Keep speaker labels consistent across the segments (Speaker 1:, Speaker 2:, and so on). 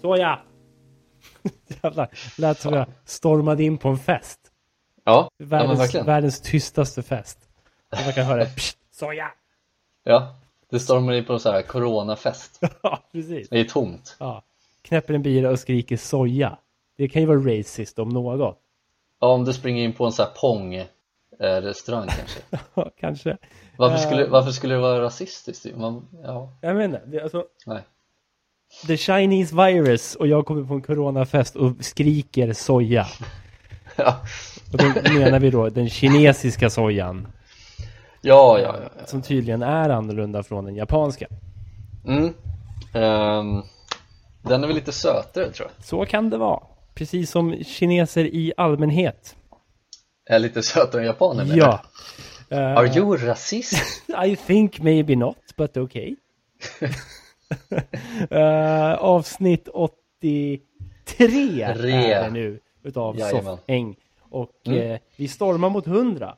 Speaker 1: Såja! Jävlar, lät som jag stormade in på en fest.
Speaker 2: Ja, ja men
Speaker 1: Världens,
Speaker 2: verkligen.
Speaker 1: världens tystaste fest. Och man kan höra pst, såja!
Speaker 2: Ja, det stormar in på en så här coronafest.
Speaker 1: Ja, precis.
Speaker 2: Det är tomt.
Speaker 1: Ja. Knäpper en bira och skriker soja. Det kan ju vara racist om något.
Speaker 2: Ja, om du springer in på en så här pong-restaurang kanske.
Speaker 1: Ja, Kanske.
Speaker 2: Varför
Speaker 1: Eh.
Speaker 2: skulle, varför skulle det vara rasistiskt? Man, ja,
Speaker 1: Jag menar, det, alltså,
Speaker 2: nej.
Speaker 1: the Chinese virus och jag kommer på en coronafest och skriker soja.
Speaker 2: Ja,
Speaker 1: Och då menar vi då den kinesiska sojan.
Speaker 2: ja, ja. ja.
Speaker 1: Som tydligen är annorlunda från den japanska.
Speaker 2: Mm. Ehm, den är väl lite sötare tror jag.
Speaker 1: Så kan det vara. Precis som kineser i allmänhet.
Speaker 2: Är lite sötare än japaner menar
Speaker 1: Ja.
Speaker 2: jag. Are you rasist?
Speaker 1: I think maybe not, but okay. Eh, avsnitt 83 är det nu utav
Speaker 2: Jajamän. Mm.
Speaker 1: Soffäng. Och eh, vi stormar mot 100.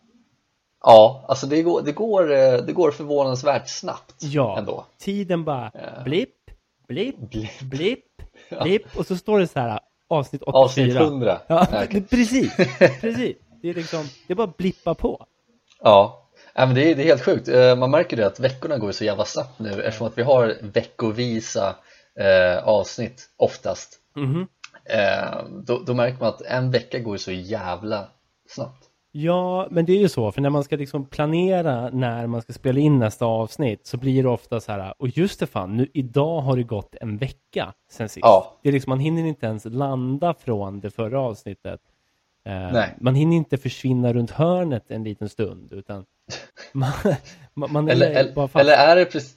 Speaker 2: ja, alltså det går, det går, eh, det går förvånansvärt snabbt
Speaker 1: Ja,
Speaker 2: ändå.
Speaker 1: tiden bara blipp, blipp,
Speaker 2: Blipp.
Speaker 1: blipp, blipp. Och så står det så här avsnitt 84.
Speaker 2: Avsnitt 100.
Speaker 1: Ja,
Speaker 2: Nej, okej.
Speaker 1: det- precis, precis. Det är liksom, det är bara att blippa på.
Speaker 2: Ja, Nej, men det är, det är helt sjukt. Eh, Man märker det att veckorna går ju så jävla snabbt nu eftersom att vi har veckovisa eh, avsnitt oftast.
Speaker 1: Mm-hmm.
Speaker 2: Eh, då, då märker man att en vecka går ju så jävla snabbt.
Speaker 1: Ja, men det är ju så, för när man ska liksom planera när man ska spela in nästa avsnitt så blir det ofta så här, och just det fan, nu idag har det gått en vecka sen sist.
Speaker 2: Ja.
Speaker 1: Det är liksom, man hinner inte ens landa från det förra avsnittet. Eh,
Speaker 2: Nej.
Speaker 1: Man hinner inte försvinna runt hörnet en liten stund, utan man, man, man är
Speaker 2: Eller, eller,
Speaker 1: bara fast.
Speaker 2: eller, är det precis,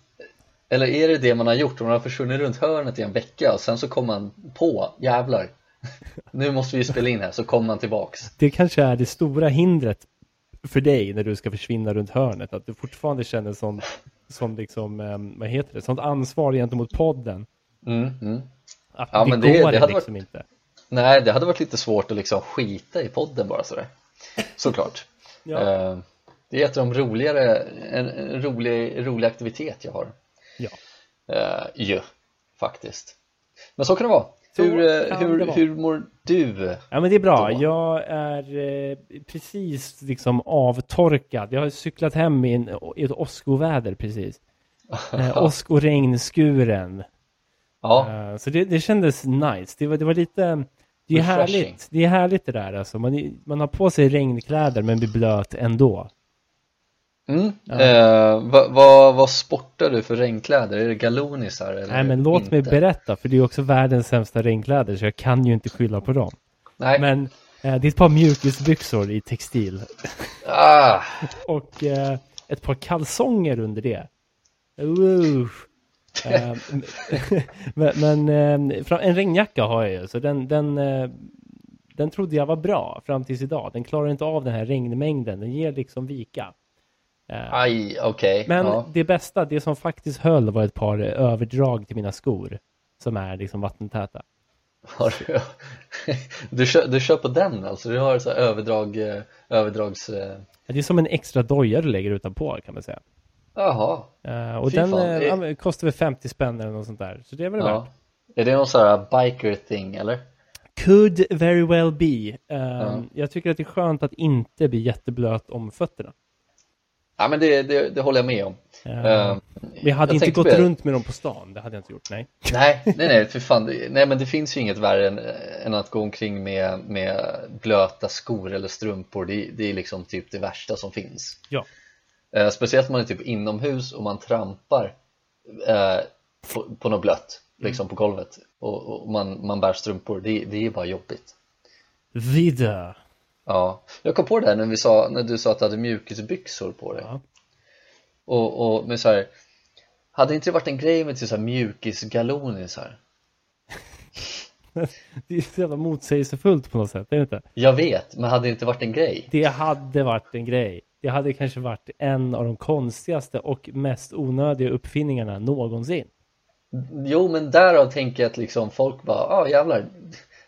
Speaker 2: eller är det det man har gjort? Man har försvunnit runt hörnet i en vecka och sen så kommer man på, jävlar, nu måste vi ju spela in här, så kommer man tillbaks.
Speaker 1: Det kanske är det stora hindret för dig när du ska försvinna runt hörnet, att du fortfarande känner sån, sån liksom, eh, vad heter det, sånt ansvar gentemot podden.
Speaker 2: Mm, mm.
Speaker 1: Att
Speaker 2: Ja,
Speaker 1: det
Speaker 2: men
Speaker 1: går
Speaker 2: det- det hade
Speaker 1: liksom inte.
Speaker 2: Nej, det hade varit lite svårt att liksom skita i podden bara sådär. Såklart.
Speaker 1: Ja.
Speaker 2: Eh, Det är ett av de roligare, en, en rolig, rolig aktivitet jag har.
Speaker 1: Ja.
Speaker 2: Eh, Ju, faktiskt. Men så kan det vara.
Speaker 1: Så
Speaker 2: hur, eh,
Speaker 1: kan
Speaker 2: hur,
Speaker 1: det vara.
Speaker 2: hur mår du?
Speaker 1: ja, men det är bra.
Speaker 2: Då.
Speaker 1: Jag är eh, precis liksom avtorkad. Jag har cyklat hem i, en, i ett åskoväder precis. Eh, åskoregnskuren.
Speaker 2: Ja,
Speaker 1: Eh, så det, det kändes nice. Det var, det var lite... Det är
Speaker 2: Refreshing.
Speaker 1: härligt. Det är härligt det där alltså. Man, är- man har på sig regnkläder men blir blöt ändå.
Speaker 2: mm. Eh, vad, vad, vad sportar du för regnkläder? Är det galonisar eller
Speaker 1: Nej men låt mig
Speaker 2: inte?
Speaker 1: berätta för det är också världens sämsta regnkläder så jag kan ju inte skylla på dem.
Speaker 2: Nej,
Speaker 1: Men eh, det är ett par mjukisbyxor i textil
Speaker 2: ah,
Speaker 1: och eh, ett par kalsonger under det. Ooh. Eh, men men eh, fra- en regnjacka har jag ju, så den, den, eh, den trodde jag var bra fram tills idag. Den klarar inte av den här regnmängden, den ger liksom vika.
Speaker 2: aj, okej.
Speaker 1: Men
Speaker 2: Ja.
Speaker 1: det bästa, det som faktiskt höll var ett par eh, överdrag till mina skor som är liksom vattentäta.
Speaker 2: Har du, du, kör, du kör på den alltså? Du har så här överdrag, eh, överdrags... eh,
Speaker 1: Ja, Det är som en extra doja du lägger utanpå kan man säga.
Speaker 2: Jaha,
Speaker 1: Eh, och
Speaker 2: Fy
Speaker 1: den
Speaker 2: fan,
Speaker 1: eh,
Speaker 2: det-
Speaker 1: ja, men kostar väl 50 spänn eller något sånt där. Så det är väl värt.
Speaker 2: ja. Är det någon sån här biker thing eller?
Speaker 1: Could very well be. Ehm, Jag tycker att det är skönt att inte bli jätteblöt om fötterna.
Speaker 2: Ja men det, det, det håller jag med om
Speaker 1: Ja.
Speaker 2: Eh,
Speaker 1: Men jag hade
Speaker 2: jag
Speaker 1: inte
Speaker 2: tänkte
Speaker 1: gått
Speaker 2: på det.
Speaker 1: runt med dem på stan, det hade jag inte gjort, nej.
Speaker 2: Nej, nej, nej, för fan, det- nej men det finns ju inget värre än, än att gå omkring med, med blöta skor eller strumpor det, det är liksom typ det värsta som finns
Speaker 1: Ja,
Speaker 2: Eh, Speciellt om man är typ inomhus och man trampar eh, på, på något blött,
Speaker 1: Mm.
Speaker 2: liksom på golvet och, och man, man bär strumpor, det, det är bara jobbigt
Speaker 1: vida.
Speaker 2: Ja, jag kom på det här när, vi sa, när du sa att du hade mjukisbyxor på dig.
Speaker 1: Ja.
Speaker 2: Och, och men så här, hade inte det varit en grej med till så här mjukisgalonisar?
Speaker 1: Det är så jävla motsägelsefullt på något sätt, är det inte?
Speaker 2: Jag vet, men hade det inte varit en grej?
Speaker 1: Det hade varit en grej. Det hade kanske varit en av de konstigaste och mest onödiga uppfinningarna någonsin.
Speaker 2: Jo, men därav tänker jag att liksom folk bara, ah jävlar,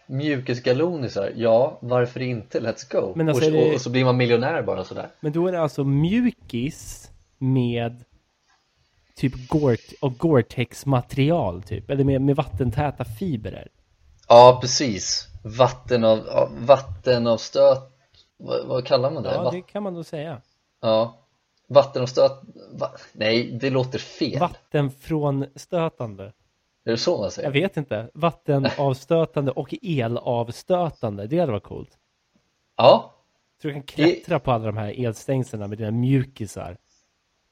Speaker 2: Mjukisgalonisar, ja varför inte, let's go!
Speaker 1: Men alltså,
Speaker 2: och,
Speaker 1: är det-
Speaker 2: och, och så blir man miljonär bara sådär.
Speaker 1: Men då är det alltså mjukis med typ gore, och Gore-Tex material typ, eller med, med vattentäta fibrer.
Speaker 2: Ja precis, vatten av, ja, vattenavstöt, vad, vad kallar man det?
Speaker 1: Ja,
Speaker 2: Vatt-
Speaker 1: det kan man nog säga.
Speaker 2: ja. Vattenavstöt, va, nej det låter fel,
Speaker 1: Vattenfrånstötande.
Speaker 2: är det så man säger?
Speaker 1: Jag vet inte. Vattenavstötande och elavstötande. Det hade varit coolt.
Speaker 2: Ja,
Speaker 1: Så du kan klättra på alla de här elstängseln med dina mjukisar.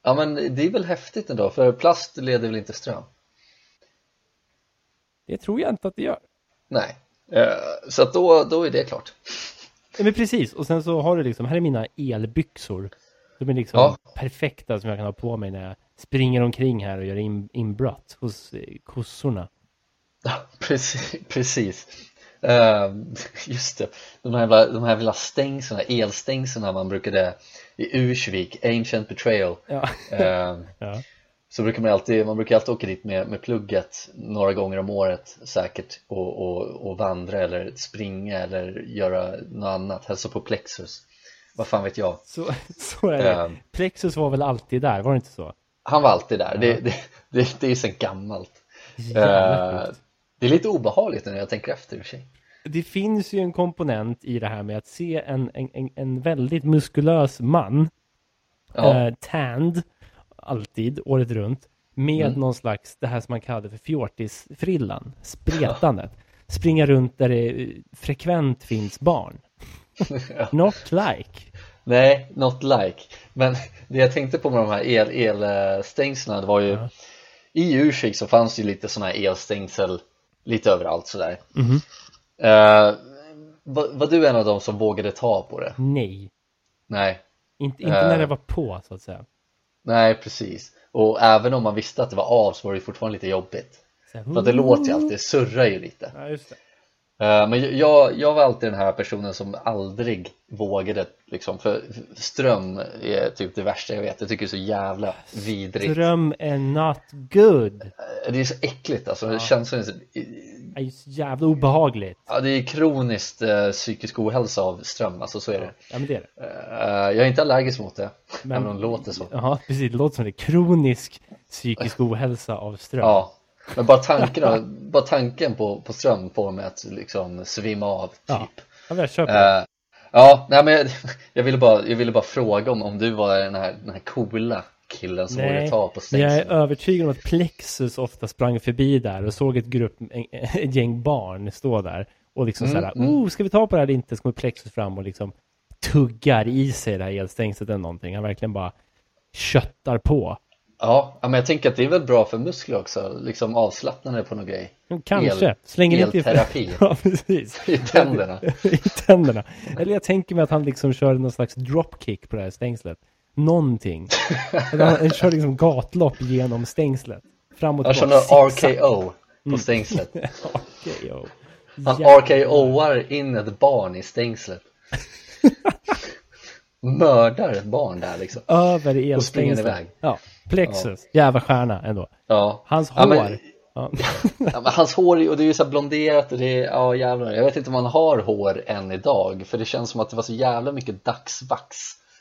Speaker 2: ja men det är väl häftigt ändå, för plast leder väl inte ström?
Speaker 1: Det tror jag inte att det gör.
Speaker 2: Nej, Eh, så att då, då är det klart.
Speaker 1: Ja, Men precis, och sen så har du liksom, här är mina elbyxor. De är liksom
Speaker 2: Ja.
Speaker 1: perfekta som jag kan ha på mig när jag springer omkring här och gör in, inbrott hos eh, kossorna.
Speaker 2: Ja, precis. precis. Ehm, just det, de här, jävla- de här lilla stängseln, elstängseln man brukade i Ursvik, Ancient Betrayal.
Speaker 1: Ja.
Speaker 2: Ehm,
Speaker 1: Ja.
Speaker 2: så brukar man alltid, man brukar alltid åka dit med, med plugget några gånger om året säkert och, och, och vandra eller springa eller göra något annat, hälsa på Plexus. Vad fan vet jag?
Speaker 1: Så, så är det.
Speaker 2: Ehm.
Speaker 1: Plexus var väl alltid där, var det inte så?
Speaker 2: Han var alltid där, det, det, det, det är ju sen gammalt.
Speaker 1: Jävla
Speaker 2: Eh,
Speaker 1: sjukt.
Speaker 2: det är lite obehagligt när jag tänker efter i och för sig.
Speaker 1: Det finns ju en komponent i det här med att se en, en, en, en väldigt muskulös man
Speaker 2: Ja.
Speaker 1: eh, tanned, alltid, året runt, med
Speaker 2: Mm.
Speaker 1: någon slags, det här som man kallade för fjortisfrillan, spretandet. Springa runt där det eh, frekvent finns barn. Not like.
Speaker 2: Nej, not like. Men det jag tänkte på med de här el, elstängslen det var ju i Ursvik så fanns det ju lite sådana här elstängsel lite överallt sådär. Eh, var, var du en av dem som vågade ta på det?
Speaker 1: Nej.
Speaker 2: Nej,
Speaker 1: Inte, inte när
Speaker 2: Eh.
Speaker 1: det var på, så att säga.
Speaker 2: nej precis. Och även om man visste att det var av så var det ju fortfarande lite jobbigt.
Speaker 1: Så hmm. här,
Speaker 2: För att det låter ju alltid, det surrar ju lite.
Speaker 1: Ja, just det.
Speaker 2: Eh, Men jag, jag var alltid den här personen som aldrig vågade liksom, för ström är typ det värsta jag vet. Jag tycker det är så jävla vidrigt.
Speaker 1: Dröm är not good.
Speaker 2: Det är så äckligt alltså, känslan är så,
Speaker 1: Det är ju så jävla obehagligt.
Speaker 2: ja, det är kroniskt eh, psykisk ohälsa av ström, alltså så är det
Speaker 1: Ja, men det är det.
Speaker 2: Eh, Jag är inte allergisk mot det,
Speaker 1: Men-
Speaker 2: även om det låter så
Speaker 1: Ja, precis. Det låter som det. Kronisk psykisk ohälsa av ström.
Speaker 2: Ja, men bara tanken, bara tanken på, på ström får mig att liksom svimma av typ
Speaker 1: Ja, ja men jag köper det.
Speaker 2: Eh, Ja, nej men jag, jag, ville bara, jag ville bara fråga om, om du var den här, den här coola killen som vågade ta på
Speaker 1: men jag är
Speaker 2: stängseln
Speaker 1: övertygad om att Plexus ofta sprang förbi där och såg ett, grupp, en- ett gäng barn stå där och liksom
Speaker 2: Mm,
Speaker 1: så här, oh, ska vi ta på det här eller inte? Så kommer Plexus fram och liksom tuggar i sig det här elstängslet eller någonting. Han verkligen bara köttar på.
Speaker 2: Ja, ja, men jag tänker att det är väl bra för muskler också, liksom avslappnande på någon grej
Speaker 1: Mm. Kanske.
Speaker 2: El-
Speaker 1: Slänger lite i-
Speaker 2: elterapi.
Speaker 1: ja, precis.
Speaker 2: i tänderna
Speaker 1: I tänderna. Eller jag tänker mig att han liksom kör någon slags dropkick på det här stängslet. Någonting. Eller han, han kör liksom gatlopp genom stängslet. Fram och
Speaker 2: Jag
Speaker 1: tillbaka.
Speaker 2: känner
Speaker 1: Zigzag.
Speaker 2: RKO
Speaker 1: Mm.
Speaker 2: på stängslet
Speaker 1: RKO.
Speaker 2: Han
Speaker 1: Jävlar.
Speaker 2: RKOar in ett barn i stängslet Mördar ett barn där liksom
Speaker 1: Över i
Speaker 2: Och springer
Speaker 1: elstängslet.
Speaker 2: iväg.
Speaker 1: Ja. Plexus. Jävla stjärna ändå.
Speaker 2: Ja
Speaker 1: Hans
Speaker 2: ja,
Speaker 1: hår.
Speaker 2: men,
Speaker 1: Ja, ja.
Speaker 2: ja, men Hans hår, är- och det är ju så här blonderat och det är, ja jävlar Jag vet inte om han har hår än idag För det känns som att det var så jävla mycket dagsvax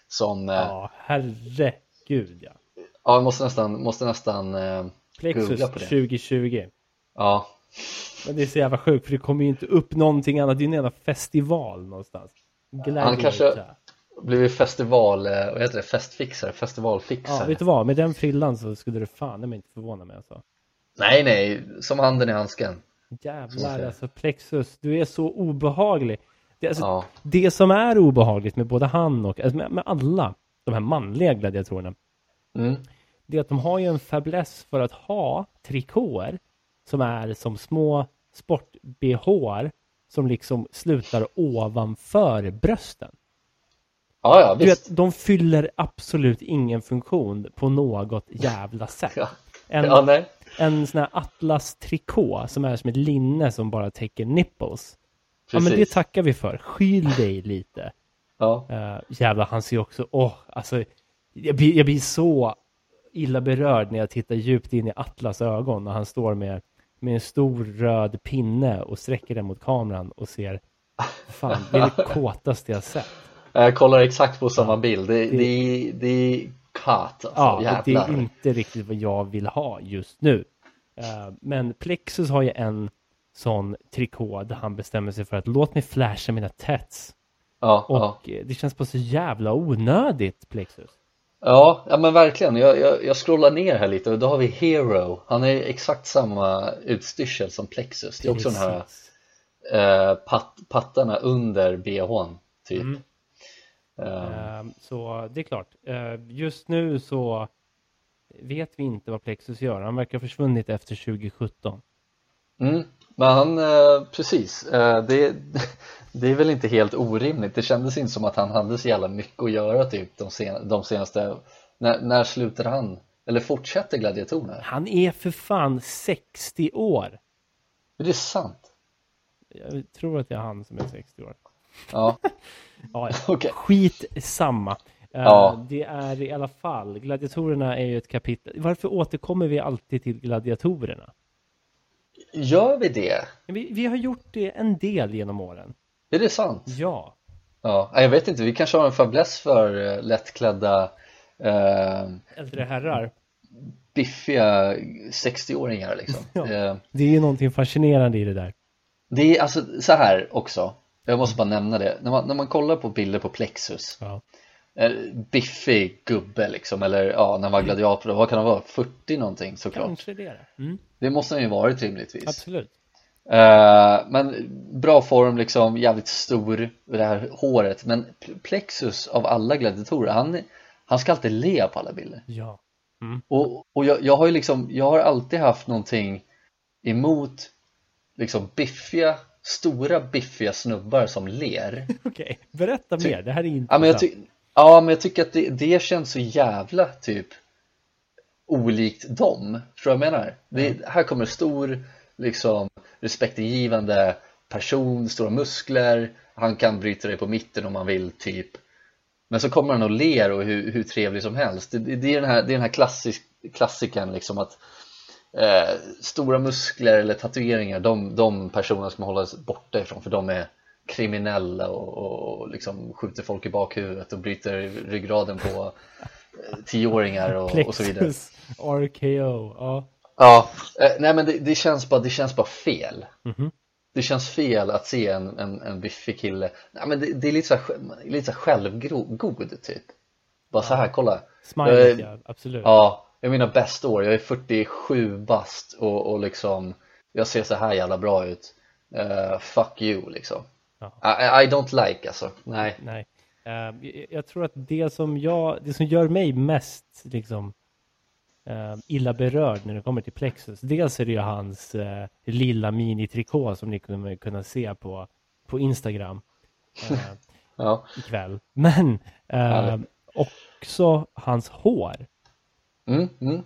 Speaker 2: Som, eh, ja,
Speaker 1: herregud ja.
Speaker 2: jag måste nästan, måste nästan eh,
Speaker 1: Plexus
Speaker 2: googla på det
Speaker 1: 2020.
Speaker 2: Ja,
Speaker 1: Men det är så jävla sjukt för det kommer ju inte upp någonting annat. Det är ju en jävla festival någonstans.
Speaker 2: han kanske
Speaker 1: Gladiator.
Speaker 2: blivit festival, eh, vad heter det, festfixare,
Speaker 1: Ja,
Speaker 2: festivalfixare
Speaker 1: vet du vad? Med den frillan så skulle det fan mig inte förvåna mig alltså.
Speaker 2: Nej nej, som handen i handsken
Speaker 1: Jävlar alltså Plexus, du är så obehaglig. Det, alltså,
Speaker 2: Ja.
Speaker 1: det som är obehagligt med både han och alltså, med, med alla de här manliga gladiatorerna.
Speaker 2: Mm.
Speaker 1: Det är att de har ju en fäbless för att ha trikåer som är som små sport-bhar som liksom slutar ovanför brösten.
Speaker 2: Ja, ja
Speaker 1: Du
Speaker 2: visst
Speaker 1: vet, de fyller absolut ingen funktion på något jävla sätt.
Speaker 2: Ja.
Speaker 1: En,
Speaker 2: Ja, nej.
Speaker 1: en sån här atlas-trikå som är som ett linne som bara täcker nipples. Ja men det
Speaker 2: Precis.
Speaker 1: tackar vi för. Skyl dig lite.
Speaker 2: Ja.
Speaker 1: Uh, jävlar, han ser också, åh, alltså. Jag blir, jag blir så illa berörd när jag tittar djupt in i Atlas ögon när han står med med en stor röd pinne och sträcker den mot kameran och ser Fan, det är det kåtaste jag sett.
Speaker 2: Jag kollar exakt på samma bild. Det, det, det, är kat alltså.
Speaker 1: Ja, och det
Speaker 2: jävlar.
Speaker 1: är inte riktigt vad jag vill ha just nu. Eh, Men Plexus har ju en sån trikå där han bestämmer sig för att låt mig flasha mina tats.
Speaker 2: ja,
Speaker 1: Och
Speaker 2: ja.
Speaker 1: eh, det känns bara så jävla onödigt Plexus.
Speaker 2: Ja, ja men verkligen. Jag, jag, jag scrollar ner här lite och då har vi Hero. Han är exakt samma utstyrsel som Plexus. Det är också den
Speaker 1: Precis.
Speaker 2: här eh, pat, pattarna under bhn typ.
Speaker 1: Mm.
Speaker 2: Eh,
Speaker 1: Ehm, Så det är klart. Eh, Just nu så vet vi inte vad Plexus gör. Han verkar ha försvunnit efter 2017.
Speaker 2: Mm, men han, eh, precis, eh, det, det är väl inte helt orimligt. Det kändes inte som att han hade så jävla mycket att göra typ de, sen, de senaste, när, när slutar han? Eller fortsätter gladiatorerna?
Speaker 1: Han är för fan 60 år.
Speaker 2: Är det sant?
Speaker 1: Jag tror att det är han som är 60 år.
Speaker 2: Ja,
Speaker 1: Ja, ja.
Speaker 2: okej.
Speaker 1: Skit samma. Eh,
Speaker 2: Ja.
Speaker 1: Det är i alla fall, gladiatorerna är ju ett kapitel. Varför återkommer vi alltid till gladiatorerna?
Speaker 2: Gör vi det?
Speaker 1: Vi, vi har gjort det en del genom åren.
Speaker 2: Är det sant?
Speaker 1: Ja,
Speaker 2: Ja, nej, jag vet inte, vi kanske har en fäbless för eh, lättklädda, eh,
Speaker 1: äldre herrar.
Speaker 2: biffiga 60-åringar liksom.
Speaker 1: Ja.
Speaker 2: Eh,
Speaker 1: Det är ju någonting fascinerande i det där.
Speaker 2: Det är alltså så här också, jag måste bara nämna det, när man, när man kollar på bilder på Plexus
Speaker 1: Ja.
Speaker 2: En biffig gubbe liksom, eller ja, när han
Speaker 1: Mm.
Speaker 2: var gladiator, vad kan han vara, 40 någonting såklart?
Speaker 1: Kanske det. Mm,
Speaker 2: Det måste han ju varit rimligtvis.
Speaker 1: absolut.
Speaker 2: Eh, men bra form liksom, jävligt stor, det här håret. Men P- Plexus av alla gladiatorer, han, han ska alltid le på alla bilder.
Speaker 1: Ja.
Speaker 2: Och, och jag, jag har ju liksom, jag har alltid haft någonting emot liksom biffiga, stora biffiga snubbar som ler.
Speaker 1: Okej, berätta
Speaker 2: Ty-
Speaker 1: mer. Det här är inte
Speaker 2: Ja men jag, ty- ja, men jag tycker att det, det känns så jävla typ olikt dem, tror jag menar. Det, Här kommer en stor, liksom, respektingivande person, stora muskler, han kan bryta dig på mitten om han vill, typ. Men så kommer han och ler och hur, hur trevlig som helst. Det, det, det är den här, det är den här klassisk, klassikern, liksom att eh, stora muskler eller tatueringar, de, de personerna ska man hålla sig borta ifrån för de är kriminella och, och, och liksom skjuter folk i bakhuvudet och bryter ryggraden på eh, tioåringar och, och så vidare.
Speaker 1: Plexus RKO. Ja.
Speaker 2: Ja, eh, nej men det, det, känns bara, det känns bara fel.
Speaker 1: Mhm.
Speaker 2: Det känns fel att se en, en, en biffig kille. Nej, men det, det är lite så här, sj- lite så här självgod typ. Bara så här, kolla.
Speaker 1: Smilet,
Speaker 2: Eh,
Speaker 1: ja. Absolut.
Speaker 2: Ja, jag är mina bästa år. Jag är 47 bast och, och liksom, jag ser så här jävla bra ut. Eh, fuck you liksom.
Speaker 1: Ja.
Speaker 2: I, I- I don't like alltså. Nej.
Speaker 1: Nej. Eh, jag- jag tror att det som, jag, det som gör mig mest liksom, eh, illa berörd när det kommer till Plexus, dels är det ju hans eh, lilla minitrikå som ni kommer kunna se på, på Instagram eh,
Speaker 2: Ja.
Speaker 1: ikväll. Men eh,
Speaker 2: Härligt.
Speaker 1: också hans hår.
Speaker 2: Mm, mm. ja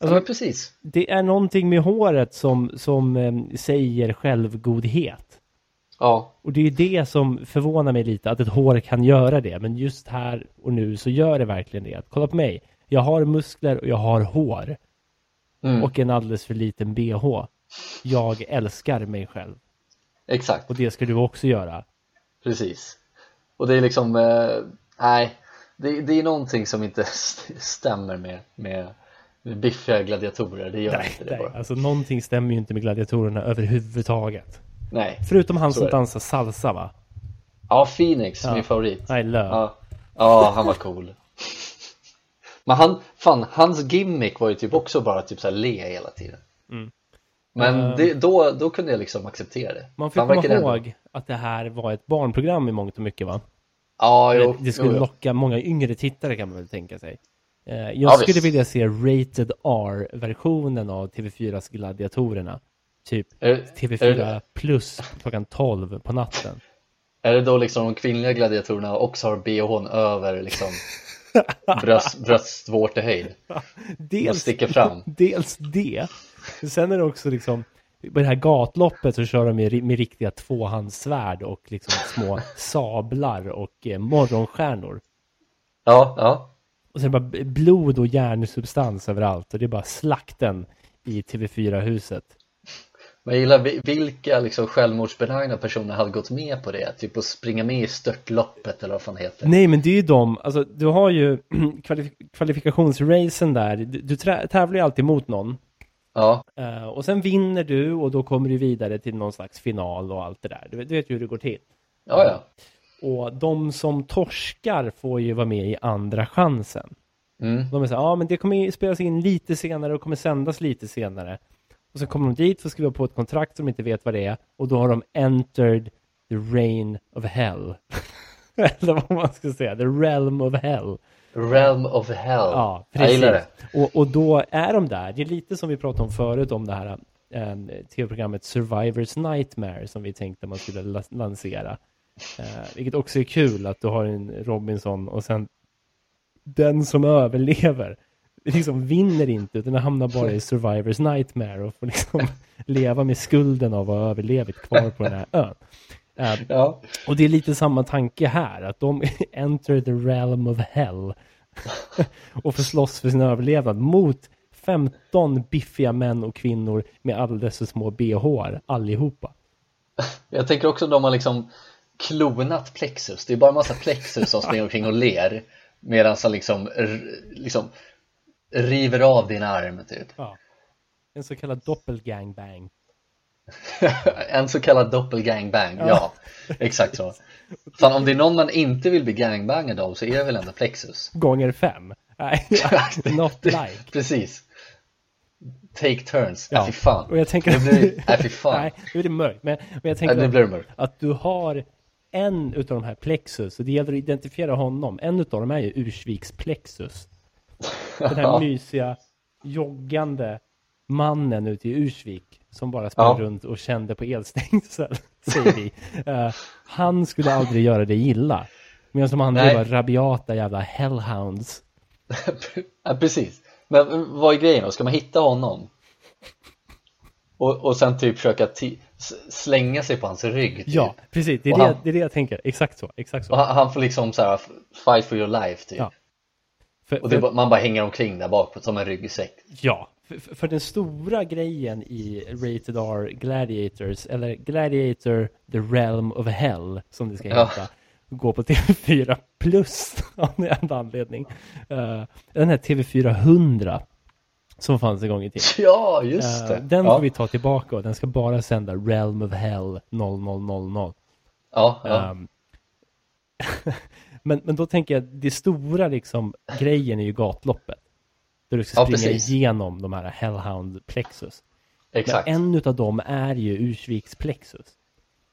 Speaker 1: Alltså-
Speaker 2: men precis.
Speaker 1: Det är någonting med håret som, som eh, säger självgodhet.
Speaker 2: Ja.
Speaker 1: Och det är det som förvånar mig lite, att ett hår kan göra det. Men just här och nu så gör det verkligen det. Kolla på mig. Jag har muskler och jag har hår.
Speaker 2: Mm.
Speaker 1: Och en alldeles för liten bh. Jag älskar mig själv.
Speaker 2: Exakt.
Speaker 1: Och det ska du också göra.
Speaker 2: Precis. Och det är liksom, eh, nej, det, det är någonting som inte st- stämmer med, med, med biffiga gladiatorer. Det gör inte det
Speaker 1: Nej,
Speaker 2: bara.
Speaker 1: alltså någonting stämmer ju inte med gladiatorerna överhuvudtaget.
Speaker 2: Nej.
Speaker 1: Förutom han
Speaker 2: Så
Speaker 1: som
Speaker 2: är det.
Speaker 1: dansar salsa va?
Speaker 2: Ja, Phoenix,
Speaker 1: Ja.
Speaker 2: min favorit.
Speaker 1: Nej, löv.
Speaker 2: Ja, ja han var cool. Men han, fan, hans gimmick var ju typ också bara typ så här le hela tiden.
Speaker 1: Mm.
Speaker 2: Men
Speaker 1: Ehm.
Speaker 2: det, då, då kunde jag liksom acceptera det.
Speaker 1: Man får
Speaker 2: Han
Speaker 1: ju komma
Speaker 2: verkade ändå-
Speaker 1: ihåg att det här var ett barnprogram i mångt och mycket va?
Speaker 2: Ja, jo,
Speaker 1: det, det skulle
Speaker 2: jo, jo.
Speaker 1: locka många yngre tittare kan man väl tänka sig. Eh, Jag
Speaker 2: Ja,
Speaker 1: skulle
Speaker 2: visst.
Speaker 1: vilja se Rated R-versionen av TV4s Gladiatorerna. Typ
Speaker 2: Är, är,
Speaker 1: TV4
Speaker 2: det,
Speaker 1: plus klockan 12 på natten.
Speaker 2: är det då liksom de kvinnliga gladiatorerna också har bhn över liksom bröst, bröstvårtehöjd? De
Speaker 1: Dels,
Speaker 2: sticker fram.
Speaker 1: dels det. Sen är det också liksom på det här gatloppet så kör de med, med riktiga tvåhandssvärd och liksom små sablar och eh, morgonstjärnor.
Speaker 2: Ja, ja.
Speaker 1: Och sen bara b- blod och hjärnsubstans överallt och det är bara slakten i TV4-huset.
Speaker 2: Men jag gillar vi- vilka liksom självmordsbenägna personer hade gått med på det, typ att springa med i störtloppet eller vad fan det heter.
Speaker 1: Nej, men det är ju de, alltså du har ju kvalif- kvalifikationsracen där, du, du trä- tävlar ju alltid mot någon.
Speaker 2: Ja,
Speaker 1: Eh, och sen vinner du och då kommer du vidare till någon slags final och allt det där. Du vet, du vet ju hur det går till.
Speaker 2: ja, ja.
Speaker 1: Och de som torskar får ju vara med i andra chansen.
Speaker 2: Mm.
Speaker 1: De är så här, ja men det kommer ju spelas in lite senare och kommer sändas lite senare. Och så kommer de dit för att skriva på ett kontrakt som de inte vet vad det är. Och då har de entered the reign of hell. Eller vad man ska säga, the realm of hell.
Speaker 2: Realm of Hell.
Speaker 1: Ja,
Speaker 2: jag
Speaker 1: precis.
Speaker 2: gillar det.
Speaker 1: Och, och då är de där. Det är lite som vi pratade om förut om det här eh, tv-programmet Survivors Nightmare som vi tänkte man skulle la- lansera. Eh, vilket också är kul att du har en Robinson och sen den som överlever liksom vinner inte utan hamnar bara i Survivors Nightmare och får liksom leva med skulden av att ha överlevit kvar på den här ön. Eh,
Speaker 2: Ja.
Speaker 1: och det är lite samma tanke här, att de enter the realm of hell och får slåss för sin överlevnad mot 15 biffiga män och kvinnor med alldeles för små bhar allihopa.
Speaker 2: Jag tänker också att de har liksom klonat plexus. Det är bara en massa plexus som springer omkring och ler medan han liksom, r- liksom river av din arm typ.
Speaker 1: Ja. En så kallad doppelgangbang.
Speaker 2: en så kallad doppelgangbang. Ja,
Speaker 1: Ja.
Speaker 2: exakt så. Fan, om det är någon man inte vill bli gangbangad av så är det väl ändå plexus.
Speaker 1: Gånger fem. Nej, not like.
Speaker 2: Precis. Take turns. Ja,
Speaker 1: Ja.
Speaker 2: fy fan.
Speaker 1: Och jag tänker...
Speaker 2: Det blir, äh, fy fan.
Speaker 1: Nej, nu är det mörkt. Men, men jag
Speaker 2: Äh,
Speaker 1: tänker
Speaker 2: nu
Speaker 1: att-
Speaker 2: blir det mörkt.
Speaker 1: att du har en utav de här plexus, och det gäller att identifiera honom. En utav dem är ju Ursviks plexus. Den här
Speaker 2: Ja.
Speaker 1: mysiga joggande mannen ute i Ursvik som bara sprang
Speaker 2: Ja.
Speaker 1: runt och kände på elstängsel, säger vi. Eh, han skulle aldrig göra det illa. Medan de andra
Speaker 2: Nej.
Speaker 1: var rabiata jävla hellhounds.
Speaker 2: ja, precis. Men eh, vad är grejen då? Ska man hitta honom? Och, och sen typ försöka ti- s- slänga sig på hans rygg? Typ.
Speaker 1: Ja, precis. Det är,
Speaker 2: Och han-
Speaker 1: det, det är det jag tänker. Exakt så. Exakt så.
Speaker 2: Och han, han får liksom så här f- fight for your life typ.
Speaker 1: Ja. För-
Speaker 2: Och det, är
Speaker 1: för-
Speaker 2: bara- man bara hänger omkring där bak på- som en ryggsäck.
Speaker 1: Ja, för, för- för den stora grejen i Rated R Gladiators, eller Gladiator The Realm of Hell, som det ska
Speaker 2: Ja.
Speaker 1: heta, går på TV4 Plus av någon jävla anledning. Eh, den här TV400 som fanns en gång i tiden.
Speaker 2: Ja, just
Speaker 1: Eh,
Speaker 2: det.
Speaker 1: den
Speaker 2: ja.
Speaker 1: får vi ta tillbaka och den ska bara sända Realm of Hell 0000.
Speaker 2: Ja, ja.
Speaker 1: Ehm, men, men då tänker jag, det stora liksom, grejen är ju gatloppet. Där du ska
Speaker 2: Ja,
Speaker 1: springa
Speaker 2: precis.
Speaker 1: igenom de här Hellhound plexus. Men
Speaker 2: exakt.
Speaker 1: en utav dem är ju Ursviks plexus.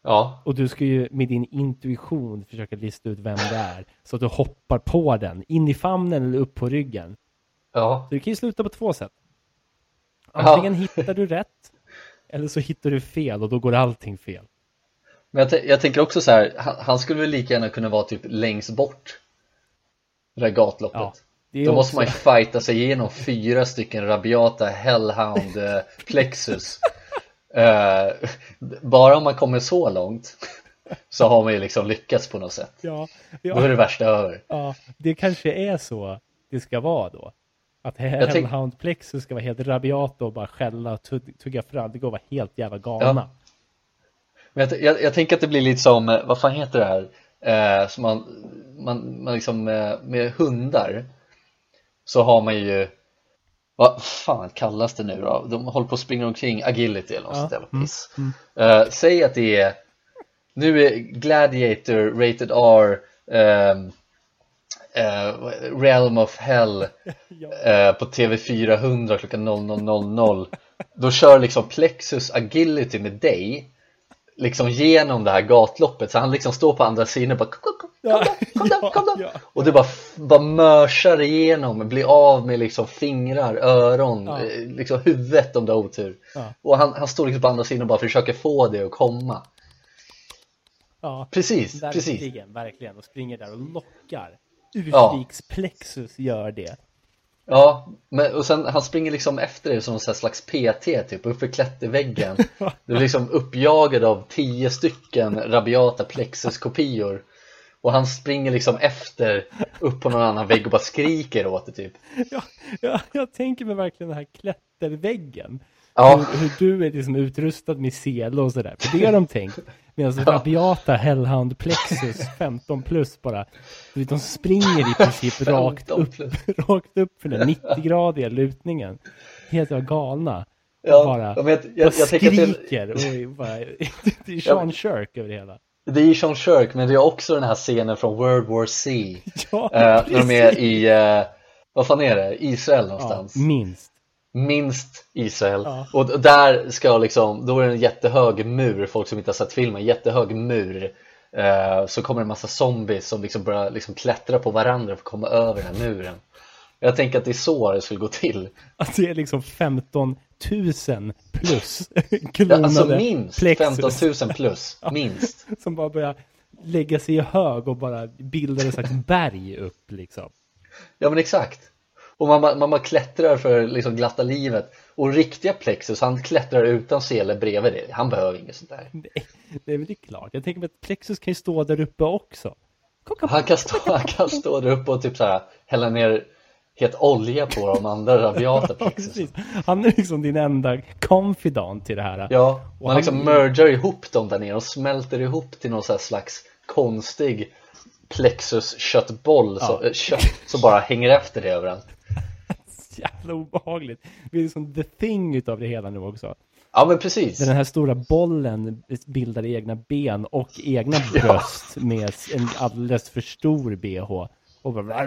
Speaker 2: Ja,
Speaker 1: Och du ska ju med din intuition försöka lista ut vem det är. Så att du hoppar på den, in i famnen eller upp på ryggen.
Speaker 2: ja.
Speaker 1: Så du kan ju sluta på två sätt. Antingen hittar du rätt, eller så hittar du fel och då går allting fel.
Speaker 2: Men jag, tän- jag tänker också så här, han, han skulle väl lika gärna kunna vara typ längst bort. Det där gatloppet.
Speaker 1: Ja, det är
Speaker 2: Då
Speaker 1: också-
Speaker 2: måste man ju fighta sig igenom fyra stycken rabiata hellhound eh, plexus Eh, Bara om man kommer så långt så har man ju liksom lyckats på något sätt
Speaker 1: Ja,
Speaker 2: Då är det värsta över
Speaker 1: Ja, det kanske är så det ska vara då. Att
Speaker 2: tänk-
Speaker 1: Hellhound Plexus ska vara helt rabiat och bara skälla och tug- tugga fram. Det går att vara helt jävla galna.
Speaker 2: Men jag, t- jag, jag tänker att det blir lite som, eh, vad fan heter det här? Eh, som man, man, man liksom, eh, med hundar så har man ju, vad fan kallas det nu då? De håller på att springa omkring, agility eller något
Speaker 1: Ja,
Speaker 2: sånt jävla piss. Eh, säg att det är, nu är Gladiator, Rated R, ehm, eh, Realm of Hell
Speaker 1: Ja.
Speaker 2: eh, på TV400 klockan 00.00 Då kör liksom Plexus Agility med dig liksom genom det här gatloppet så han liksom står på andra sidan och bara kom, kom, kom, kom, då, kom, då, kom då.
Speaker 1: Ja, ja.
Speaker 2: och du bara, bara mörsar igenom blir av med liksom fingrar, öron,
Speaker 1: Ja.
Speaker 2: eh, liksom huvudet om du har otur
Speaker 1: Ja.
Speaker 2: och han, han står liksom på andra sidan och bara försöker få det att komma
Speaker 1: Ja,
Speaker 2: precis, precis
Speaker 1: verkligen, verkligen. Och springer där och lockar.
Speaker 2: Ja.
Speaker 1: Ursviks Plexus gör det.
Speaker 2: Ja, men, och sen han springer liksom efter dig som en sån här slags PT typ, uppför klätterväggen. Du är liksom uppjagad av tio stycken rabiata plexuskopior. Och han springer liksom efter, upp på någon annan vägg och bara skriker åt det typ.
Speaker 1: Ja, ja, jag tänker mig verkligen den här klätterväggen.
Speaker 2: Ja.
Speaker 1: hur, hur du är liksom utrustad med sele och sådär. För det har de tänkt. Medan rabiata Hellhound Plexus 15 plus bara, du vet, de springer i princip rakt
Speaker 2: 15
Speaker 1: upp,
Speaker 2: plus.
Speaker 1: rakt upp för den 90-gradiga lutningen. Helt jävla galna.
Speaker 2: Ja,
Speaker 1: bara,
Speaker 2: jag vet, jag-
Speaker 1: och
Speaker 2: jag tänker att det-
Speaker 1: skriker och är bara, det är Sean Kirk över det hela.
Speaker 2: Det är ju Sean Shirk, men det är också den här scenen från World War C.
Speaker 1: Ja,
Speaker 2: eh, när de är i, eh, vad fan är det, Israel
Speaker 1: ja,
Speaker 2: någonstans?
Speaker 1: minst.
Speaker 2: Minst Israel.
Speaker 1: Ja.
Speaker 2: Och d- där ska liksom, då är det en jättehög mur, folk som inte har sett filmen, jättehög mur. Eh, så kommer det en massa zombies som liksom börjar liksom klättra på varandra för att komma över den här muren. Jag tänker att det är så det skulle gå till.
Speaker 1: Att det är liksom 15 000 plus
Speaker 2: Ja,
Speaker 1: klonade
Speaker 2: alltså minst
Speaker 1: Mm, plexus
Speaker 2: 15 000 plus, minst.
Speaker 1: som bara börjar lägga sig i hög och bara bildar en slags berg upp liksom.
Speaker 2: Ja men exakt. Och mamma, mamma klättrar för liksom glatta livet. Och riktiga Plexus, han klättrar utan sele bredvid det. Han behöver inget sånt där.
Speaker 1: Nej, nej, men det är klart. Jag tänker mig att Plexus kan ju stå där uppe också. Koka på.
Speaker 2: Han kan stå, han kan stå där uppe och typ så här, hälla ner het olja på de andra rabiata
Speaker 1: Ja,
Speaker 2: Plexus.
Speaker 1: precis. Han är liksom din enda confidant till det här.
Speaker 2: Ja,
Speaker 1: Och
Speaker 2: man liksom
Speaker 1: han-
Speaker 2: mergar ihop dem där nere och smälter ihop till någon så här slags konstig Plexus-köttboll som,
Speaker 1: Ja.
Speaker 2: eh, kött, som bara hänger efter det överallt.
Speaker 1: Jävla obehagligt. Det är liksom the thing utav det hela nu också.
Speaker 2: Ja men precis.
Speaker 1: Den här stora bollen bildar egna ben och egna bröst med en alldeles för stor bh. Och bara...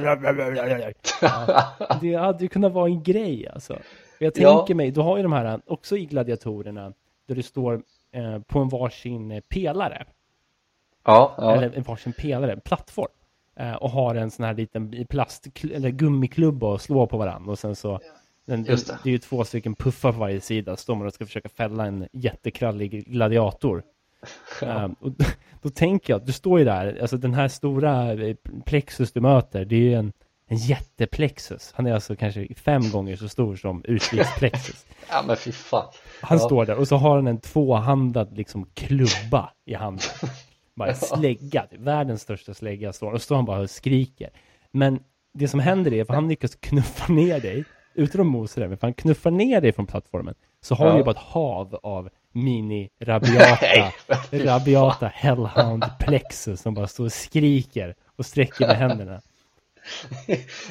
Speaker 1: Ja, det hade ju kunnat vara en grej alltså. Jag tänker
Speaker 2: Ja.
Speaker 1: mig, du har ju de här också i gladiatorerna där det står eh, på en varsin eh, pelare
Speaker 2: Ja, ja.
Speaker 1: eller en varsin pelare, en plattform. Eh, och har en sån här liten i plast eller gummiklubba och slår på varandra och sen så den,
Speaker 2: Just det.
Speaker 1: det. är ju två stycken puffar på varje sida, står man och ska försöka fälla en jättekrallig gladiator. Eh, och då, då tänker jag, att du står ju där, alltså den här stora eh, plexus du möter, det är ju en, en jätteplexus. Han är alltså kanske fem gånger så stor som urslivsplexus.
Speaker 2: ja men fy fan.
Speaker 1: Han
Speaker 2: ja.
Speaker 1: står där och så har han en tvåhandad liksom klubba i handen. Bara en slägga, typ. världens största slägga står han och står han bara och skriker. Men det som händer är, för han lyckas knuffa ner dig, utan att mosa dig, men för han knuffar ner dig från plattformen, så har
Speaker 2: Ja.
Speaker 1: du ju bara ett hav av mini-rabiata,
Speaker 2: Nej, men fy
Speaker 1: rabiata hellhound plexus som bara står och skriker och sträcker med händerna.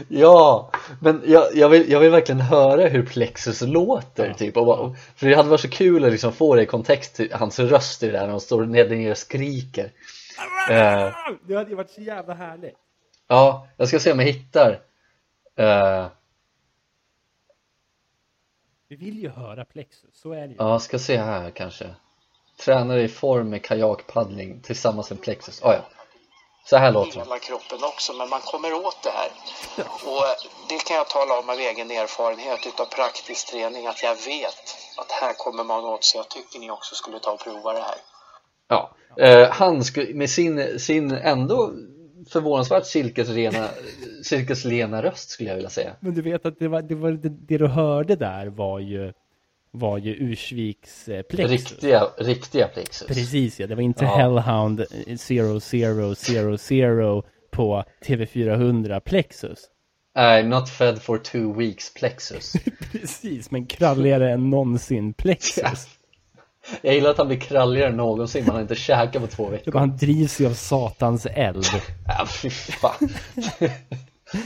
Speaker 2: Ja, men jag, jag, vill, jag vill verkligen höra hur Plexus låter typ och, bara- För det hade varit så kul att liksom få det i kontext till hans röst i det där när han står nere nere och skriker Eh,
Speaker 1: Det hade ju varit så jävla härligt.
Speaker 2: Ja, jag ska se om jag hittar Eh,
Speaker 1: Vi vill ju höra plexus, så är det ju.
Speaker 2: Ja, jag ska se här kanske Tränare i form med kajakpaddling tillsammans med Plexus ah, ja. Så här låter han
Speaker 3: hela kroppen också, men man kommer åt det här. Och eh, det kan jag tala om av egen erfarenhet utav praktisk träning, att jag vet att här kommer man åt, så jag tycker ni också skulle ta och prova det här.
Speaker 2: Ja, eh, han skulle med sin, sin ändå förvånansvärt cirkusrena, cirkuslena röst skulle jag vilja säga
Speaker 1: Men du vet att det, var, det, var, det, det du hörde där var ju, var ju Ursviks eh, plexus.
Speaker 2: Riktiga, riktiga Plexus
Speaker 1: Precis ja, det var inte
Speaker 2: Ja.
Speaker 1: Hellhound eh, 0000 på TV400 plexus.
Speaker 2: Nej, not fed for two weeks plexus.
Speaker 1: Precis, men kralligare än någonsin plexus.
Speaker 2: Jag gillar att han blir kralligare än någonsin, men han har inte käkat på två veckor.
Speaker 1: Typ, Han drivs ju av satans eld.
Speaker 2: Ja, fy fan.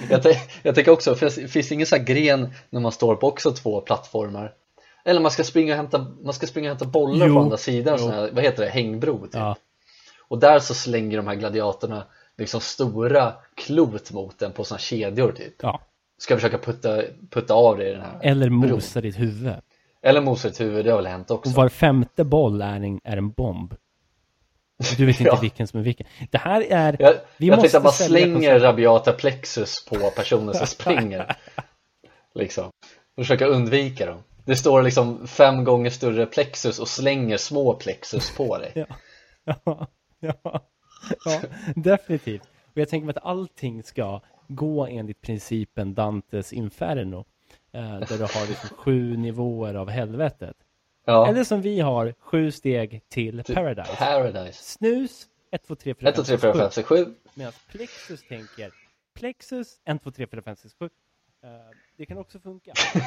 Speaker 2: jag, tän- jag tänker också, finns, finns det ingen sån här gren när man står på också två plattformar? Eller man ska springa och hämta, man ska springa och hämta bollar
Speaker 1: Jo,
Speaker 2: på andra sidan, sån här, vad heter det, hängbro typ.
Speaker 1: Ja.
Speaker 2: Och där så slänger de här gladiatorna liksom stora klot mot den på såna kedjor typ.
Speaker 1: ja.
Speaker 2: Ska försöka putta, putta av det i den här.
Speaker 1: Eller mosa ditt huvud.
Speaker 2: Eller mosa ett huvud, det har väl hänt också.
Speaker 1: Och var femte boll är en, är en bomb. Du vet inte
Speaker 2: Ja.
Speaker 1: vilken som är vilken. Det här är...
Speaker 2: Jag,
Speaker 1: vi
Speaker 2: jag
Speaker 1: måste
Speaker 2: tänkte att man
Speaker 1: sälja
Speaker 2: slänger rabiata plexus på personer som springer. liksom. Och försöka undvika dem. Det står liksom fem gånger större plexus och slänger små plexus på dig.
Speaker 1: Ja. Ja, ja, ja definitivt. Och jag tänker mig att allting ska gå enligt principen Dantes Inferno. eh, Där du har liksom sju nivåer av helvetet.
Speaker 2: Ja.
Speaker 1: Eller som vi har, sju steg till Paradise.
Speaker 2: Paradise.
Speaker 1: Snus, 1, 2, 3, 4,
Speaker 2: 1, 2, 3, 4, 5, 6, 7.
Speaker 1: Medan Plexus tänker, Plexus, 1, 2, 3, 4, 5, 6, 7. Eh, Det kan också funka.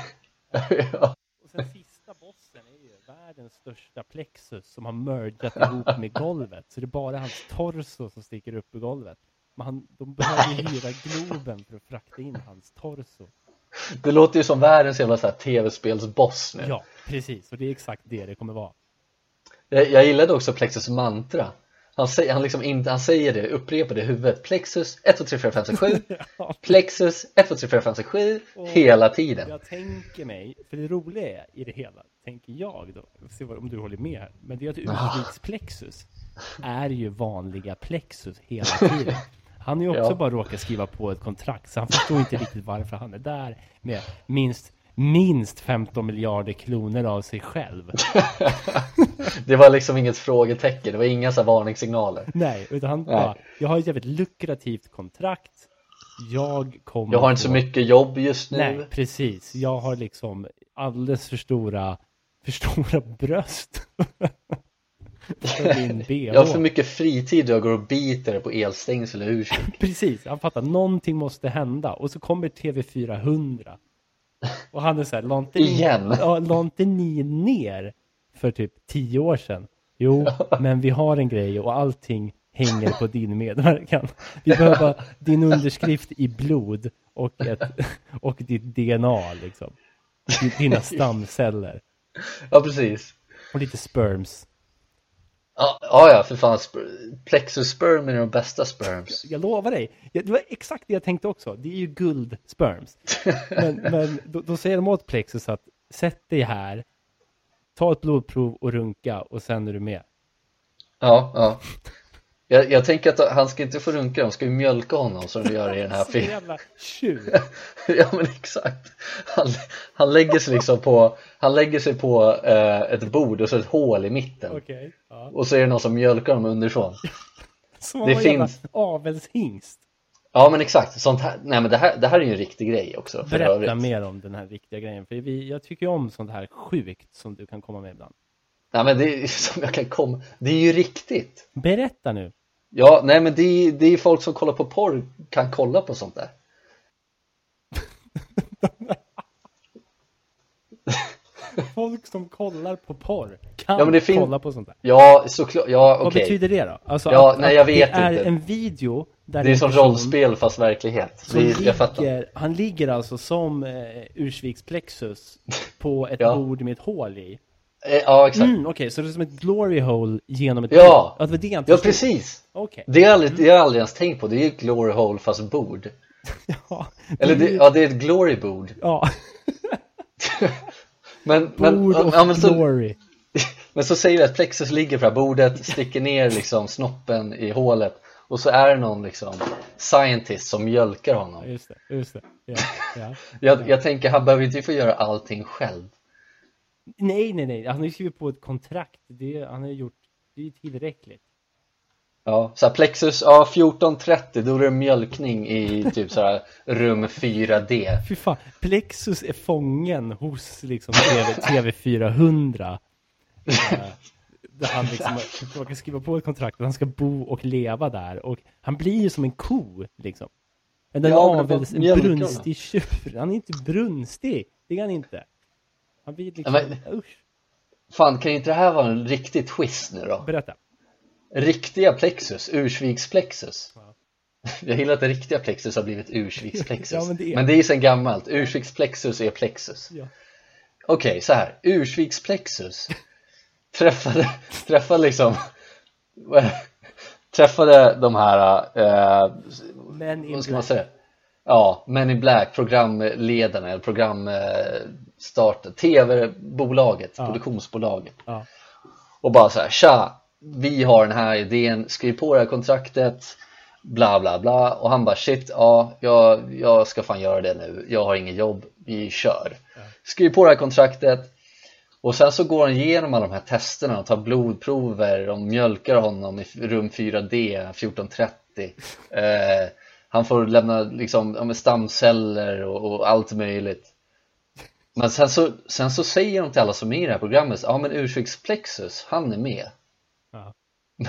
Speaker 2: ja.
Speaker 1: Och sen sista bossen Bossen är ju världens största plexus som har mergat ihop med golvet. Så det är bara hans torso som sticker upp ur golvet. Men han, de behöver ju hyra Globen för att frakta in hans torso.
Speaker 2: Det låter ju som världens jävla så här tv-spelsboss nu.
Speaker 1: Ja, precis. Och det är exakt det det kommer vara.
Speaker 2: Jag, jag gillade också Plexus mantra. Han säger, han, liksom inte, han säger det, upprepar det i huvudet. Plexus 1, 2, 3, 4, 5, 6, 7.
Speaker 1: Ja,
Speaker 2: Plexus 1, 2, 3, 4, 5, 6, 7.
Speaker 1: Åh.
Speaker 2: Hela tiden.
Speaker 1: Jag tänker mig, för det roliga är i det hela, tänker jag då, Vi får se vad- om du håller med här, men det är att
Speaker 2: Ah.
Speaker 1: utrikesplexus är ju vanliga plexus hela tiden. Han är ju också
Speaker 2: Ja.
Speaker 1: bara råkat skriva på ett kontrakt, så han förstår inte riktigt varför han är där med minst, minst 15 miljarder kronor av sig själv.
Speaker 2: Det var liksom inget frågetecken. Det var inga så här varningssignaler.
Speaker 1: Nej, utan han bara, jag har ett jävligt lukrativt kontrakt, jag kommer
Speaker 2: Jag har inte så
Speaker 1: få-
Speaker 2: mycket jobb just nu.
Speaker 1: Nej, precis. Jag har liksom alldeles för stora, för stora bröst. för min bh.
Speaker 2: Jag har för mycket fritid och jag går och biter på elstängsel och ursäkt.
Speaker 1: Precis, han fattar. Någonting måste hända. Och så kommer TV400. Och han är så här, la inte ni,
Speaker 2: Igen.
Speaker 1: Ja, la inte ni ner för typ tio år sedan? Jo, men vi har en grej och allting hänger på din medverkan. Vi behöver bara din underskrift i blod och, ett, och ditt DNA liksom. Dina stamceller.
Speaker 2: Ja, precis.
Speaker 1: Och lite sperms.
Speaker 2: Ja, ja, ja, för fan. sp- Plexusperm är de bästa sperms.
Speaker 1: Jag lovar dig, Ja, det var exakt det jag tänkte också. Det är ju guldsperms. Men, men då, då säger de åt Plexus att sätt dig här, ta ett blodprov och runka och sen är du med.
Speaker 2: Ja, ja. Jag, jag tänker att han ska inte få runka, de ska ju mjölka honom som de gör i den här
Speaker 1: Så
Speaker 2: filmen.
Speaker 1: jävla tjuv.
Speaker 2: Ja, men exakt. Han, han lägger sig liksom på, han lägger sig på eh, ett bord och så ett hål i mitten.
Speaker 1: Okej. Ja.
Speaker 2: Och så är det någon som mjölkar honom underifrån.
Speaker 1: Som om
Speaker 2: Det
Speaker 1: man var en jävla
Speaker 2: finns-
Speaker 1: avelshingst.
Speaker 2: Ja, men exakt. Sånt här, nej, men det här, det här är ju en riktig grej också. För
Speaker 1: Berätta
Speaker 2: övrigt.
Speaker 1: mer om den här riktiga grejen. För vi, jag tycker ju om sånt här sjukt som du kan komma med ibland.
Speaker 2: Nej, men det är ju som jag kan komma. Det är ju riktigt.
Speaker 1: Berätta nu.
Speaker 2: Ja, nej men det är, det är folk som kollar på porr kan kolla på sånt där.
Speaker 1: Folk som kollar på porr kan
Speaker 2: Ja, men det fin-
Speaker 1: kolla på sånt där.
Speaker 2: Ja, såklart. Ja,
Speaker 1: Vad
Speaker 2: okej.
Speaker 1: betyder det då? Alltså
Speaker 2: Ja, nej, jag vet
Speaker 1: det är
Speaker 2: inte.
Speaker 1: en video där
Speaker 2: Det är som
Speaker 1: person
Speaker 2: rollspel fast verklighet.
Speaker 1: som
Speaker 2: Det är, jag fattar.
Speaker 1: ligger, han ligger alltså som eh, Ursviks plexus på ett
Speaker 2: Ja.
Speaker 1: bord med ett hål i.
Speaker 2: Eh, Ja, exakt.
Speaker 1: Mm, Okej, så det är som ett glory hole genom ett
Speaker 2: Ja.
Speaker 1: bord. det var det jag inte
Speaker 2: Ja,
Speaker 1: förstod.
Speaker 2: precis.
Speaker 1: Okej.
Speaker 2: Det har jag aldrig, det har jag aldrig ens tänkt på. Det är ju ett glory hole fast bord.
Speaker 1: Ja.
Speaker 2: Eller det, ja, det är ett glory bord.
Speaker 1: ja.
Speaker 2: Men, men,
Speaker 1: Bord och
Speaker 2: ja, men, så,
Speaker 1: glory.
Speaker 2: men så säger vi att Plexus ligger på det här bordet, sticker ner liksom snoppen i hålet och så är det någon liksom scientist som mjölkar
Speaker 1: Ja,
Speaker 2: honom.
Speaker 1: just det, just det. Ja, ja.
Speaker 2: Jag, jag tänker, han behöver inte få göra allting själv.
Speaker 1: Nej, nej, nej. Han har ju skrivit på ett kontrakt. Det, han har ju gjort, det är ju tillräckligt.
Speaker 2: Ja, så här, plexus, ja 14.30 då är det mjölkning i typ så här rum 4D.
Speaker 1: Fy fan, Plexus är fången hos liksom TV, TV400. Eh, Där han liksom råkar skriva på ett kontrakt att han ska bo och leva där. Och han blir ju som en ko liksom. Men en
Speaker 2: Ja, men
Speaker 1: avels, en
Speaker 2: vad mjölkar han?
Speaker 1: brunstig tjur. Han är inte brunstig. Det är han inte. Han blir liksom,
Speaker 2: Ja,
Speaker 1: usch.
Speaker 2: Fan, kan inte det här vara en riktig twist nu då?
Speaker 1: Berätta.
Speaker 2: Riktiga plexus, Ursviks plexus. Jag gillar att det riktiga plexus har blivit Ursviks plexus.
Speaker 1: Ja, men det är-
Speaker 2: men det är ju sen gammalt, Ursviks plexus är plexus.
Speaker 1: Ja.
Speaker 2: Okej, så här, Ursviks plexus träffade, träffade liksom träffade de här eh,
Speaker 1: Men in
Speaker 2: vad ska man säga? Ja, Men in Black, programledarna eller programstarten, tv-bolaget,
Speaker 1: Ja.
Speaker 2: produktionsbolaget
Speaker 1: Ja.
Speaker 2: och bara så här, tja, vi har den här idén, skriv på det här kontraktet bla bla bla och han bara shit, ja, jag, jag ska fan göra det nu, jag har inget jobb, vi kör skriv på det här kontraktet och sen så går han igenom alla de här testerna och tar blodprover, de mjölkar honom i rum 4D 1430 eh, han får lämna liksom, ja, men stamceller och, och allt möjligt men sen så, sen så säger de till alla som är i det här programmet ja men ursäktsplexus, han är med
Speaker 1: Ja.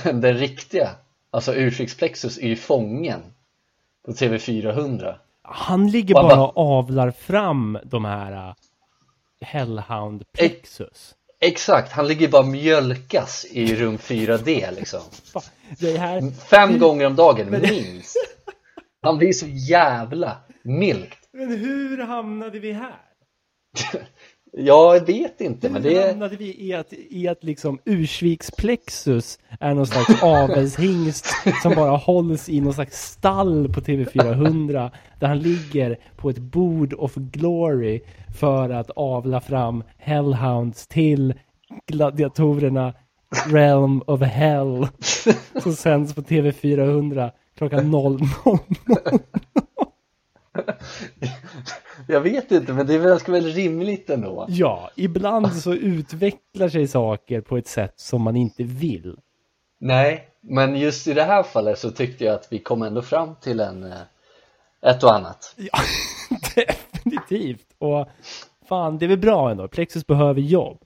Speaker 2: men den riktiga, alltså ursäktsplexus är ju fången på TV400
Speaker 1: Han ligger
Speaker 2: Och han
Speaker 1: bara och avlar fram de här eh, Hellhound Plexus.
Speaker 2: Exakt, han ligger bara mjölkas i rum 4D liksom.
Speaker 1: Fan, Det här,
Speaker 2: Fem gånger om dagen minst. Han blir så jävla milkt.
Speaker 1: men hur hamnade vi här?
Speaker 2: Jag vet inte men
Speaker 1: Hur
Speaker 2: det
Speaker 1: hamnade vi i att, i att liksom Ursviks plexus är någon slags avelshingst som bara hålls i någon slags stall på TV400 där han ligger på ett bord of glory för att avla fram hellhounds till gladiatorerna Realm of Hell som sänds på TV400 klockan 00.
Speaker 2: Jag vet inte men det är väl ganska väl rimligt ändå.
Speaker 1: Ja, ibland så utvecklar sig saker på ett sätt som man inte vill.
Speaker 2: Nej, men just i det här fallet så tyckte jag att vi kom ändå fram till en eh, ett och annat.
Speaker 1: Ja, definitivt. Och fan, det är väl bra ändå. Plexus behöver jobb.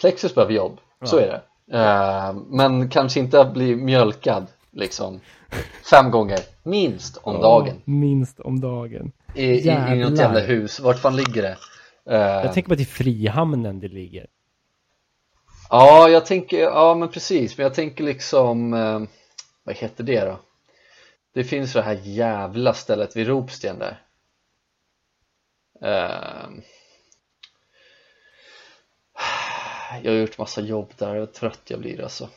Speaker 2: Plexus behöver jobb, så är det. Eh, Men kanske inte bli mjölkad liksom fem gånger minst om dagen.
Speaker 1: Minst om dagen.
Speaker 2: I, i, i något
Speaker 1: Jävlar.
Speaker 2: jävla hus, vart fan ligger det? Eh,
Speaker 1: Jag tänker på att det är Frihamnen det ligger.
Speaker 2: Ja, jag tänker, ja men precis, men jag tänker liksom, eh, vad heter det då? Det finns det här jävla stället vid Ropsten där. Ehm. Jag har gjort massa jobb där, vad trött jag blir alltså.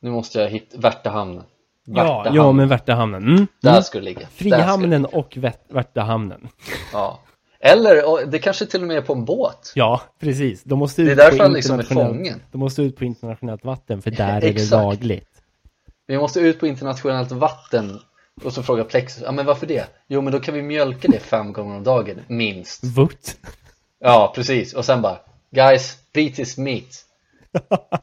Speaker 2: Nu måste jag hitta Värtahamnen.
Speaker 1: Ja,
Speaker 2: Värtahamnen,
Speaker 1: ja, men Värtahamnen. Mm.
Speaker 2: där
Speaker 1: Mm.
Speaker 2: ska det ligga. Där ska det
Speaker 1: Frihamnen
Speaker 2: ligga.
Speaker 1: och Värt- Värtahamnen.
Speaker 2: Ja. Eller, och det kanske till och med är på en båt.
Speaker 1: Ja, precis. De måste ut
Speaker 2: Det är därför
Speaker 1: på
Speaker 2: han liksom är
Speaker 1: internationellt-
Speaker 2: fången.
Speaker 1: De måste ut på internationellt vatten, för där är det
Speaker 2: Exakt.
Speaker 1: lagligt.
Speaker 2: Vi måste ut på internationellt vatten och så frågar Plexus, ja men varför det? Jo men då kan vi mjölka det fem gånger om dagen, minst.
Speaker 1: Vutt.
Speaker 2: Ja precis, och sen bara Guys, beat his meat.
Speaker 1: Take,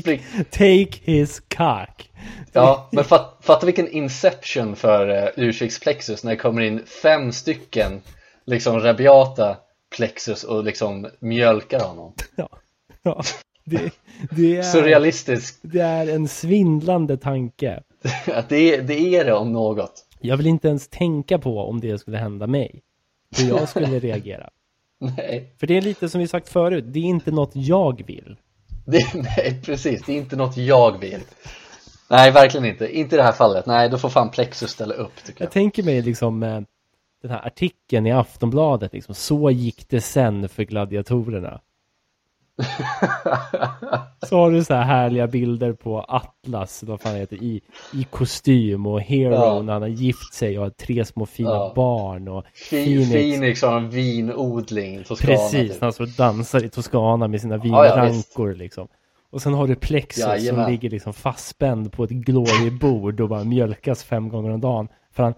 Speaker 2: Spring.
Speaker 1: take his cock.
Speaker 2: Ja, men fat, fatta vilken inception för eh, Ursviks Plexus när det kommer in fem stycken liksom rabiata Plexus och liksom mjölkar honom.
Speaker 1: Ja. ja. Det, det, är,
Speaker 2: Surrealistiskt,
Speaker 1: det är en svindlande tanke.
Speaker 2: att det, är- det är det om något.
Speaker 1: Jag vill inte ens tänka på om det skulle hända mig. Hur jag skulle reagera.
Speaker 2: Nej,
Speaker 1: För det är lite som vi sagt förut, det är inte något jag vill.
Speaker 2: det, nej precis, det är inte något jag vill. Nej, verkligen inte. Inte i det här fallet. Nej, då får fan Plexus ställa upp tycker jag.
Speaker 1: Jag tänker mig liksom eh, den här artikeln i Aftonbladet, liksom, så gick det sen för gladiatorerna. Så har du så här härliga bilder på Atlas, vad fan heter det, i, i kostym och Hero
Speaker 2: Ja.
Speaker 1: när han har gift sig och har tre små fina
Speaker 2: Ja.
Speaker 1: barn och
Speaker 2: Phoenix.
Speaker 1: Phoenix.
Speaker 2: Phoenix har en vinodling i Toscana.
Speaker 1: Precis,
Speaker 2: typ.
Speaker 1: när han står och dansar i Toscana med sina
Speaker 2: Ja, ja,
Speaker 1: vinrankor liksom. Och sen har du Plexus
Speaker 2: Jajamän.
Speaker 1: som ligger liksom fastspänd på ett glorybord och bara mjölkas fem gånger om dagen. För han,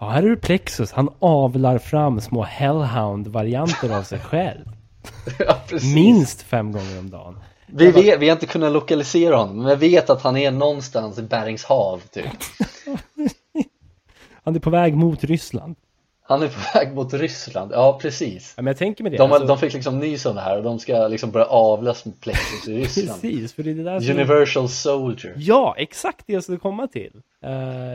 Speaker 1: ja här är du Plexus, han avlar fram små hellhound-varianter av sig själv.
Speaker 2: ja, precis.
Speaker 1: Minst fem gånger om dagen.
Speaker 2: Vi, vet, vi har inte kunnat lokalisera honom, men vi vet att han är någonstans i Berings hav typ.
Speaker 1: Han är på väg mot Ryssland.
Speaker 2: Han är på väg mot Ryssland, ja precis.
Speaker 1: Ja, men jag tänker med det.
Speaker 2: De,
Speaker 1: alltså,
Speaker 2: de fick liksom nys om det här och de ska liksom börja avlas med Plexus i Ryssland.
Speaker 1: precis, för det är det där som...
Speaker 2: Universal Soldier.
Speaker 1: Ja, exakt det jag skulle komma till. Eh,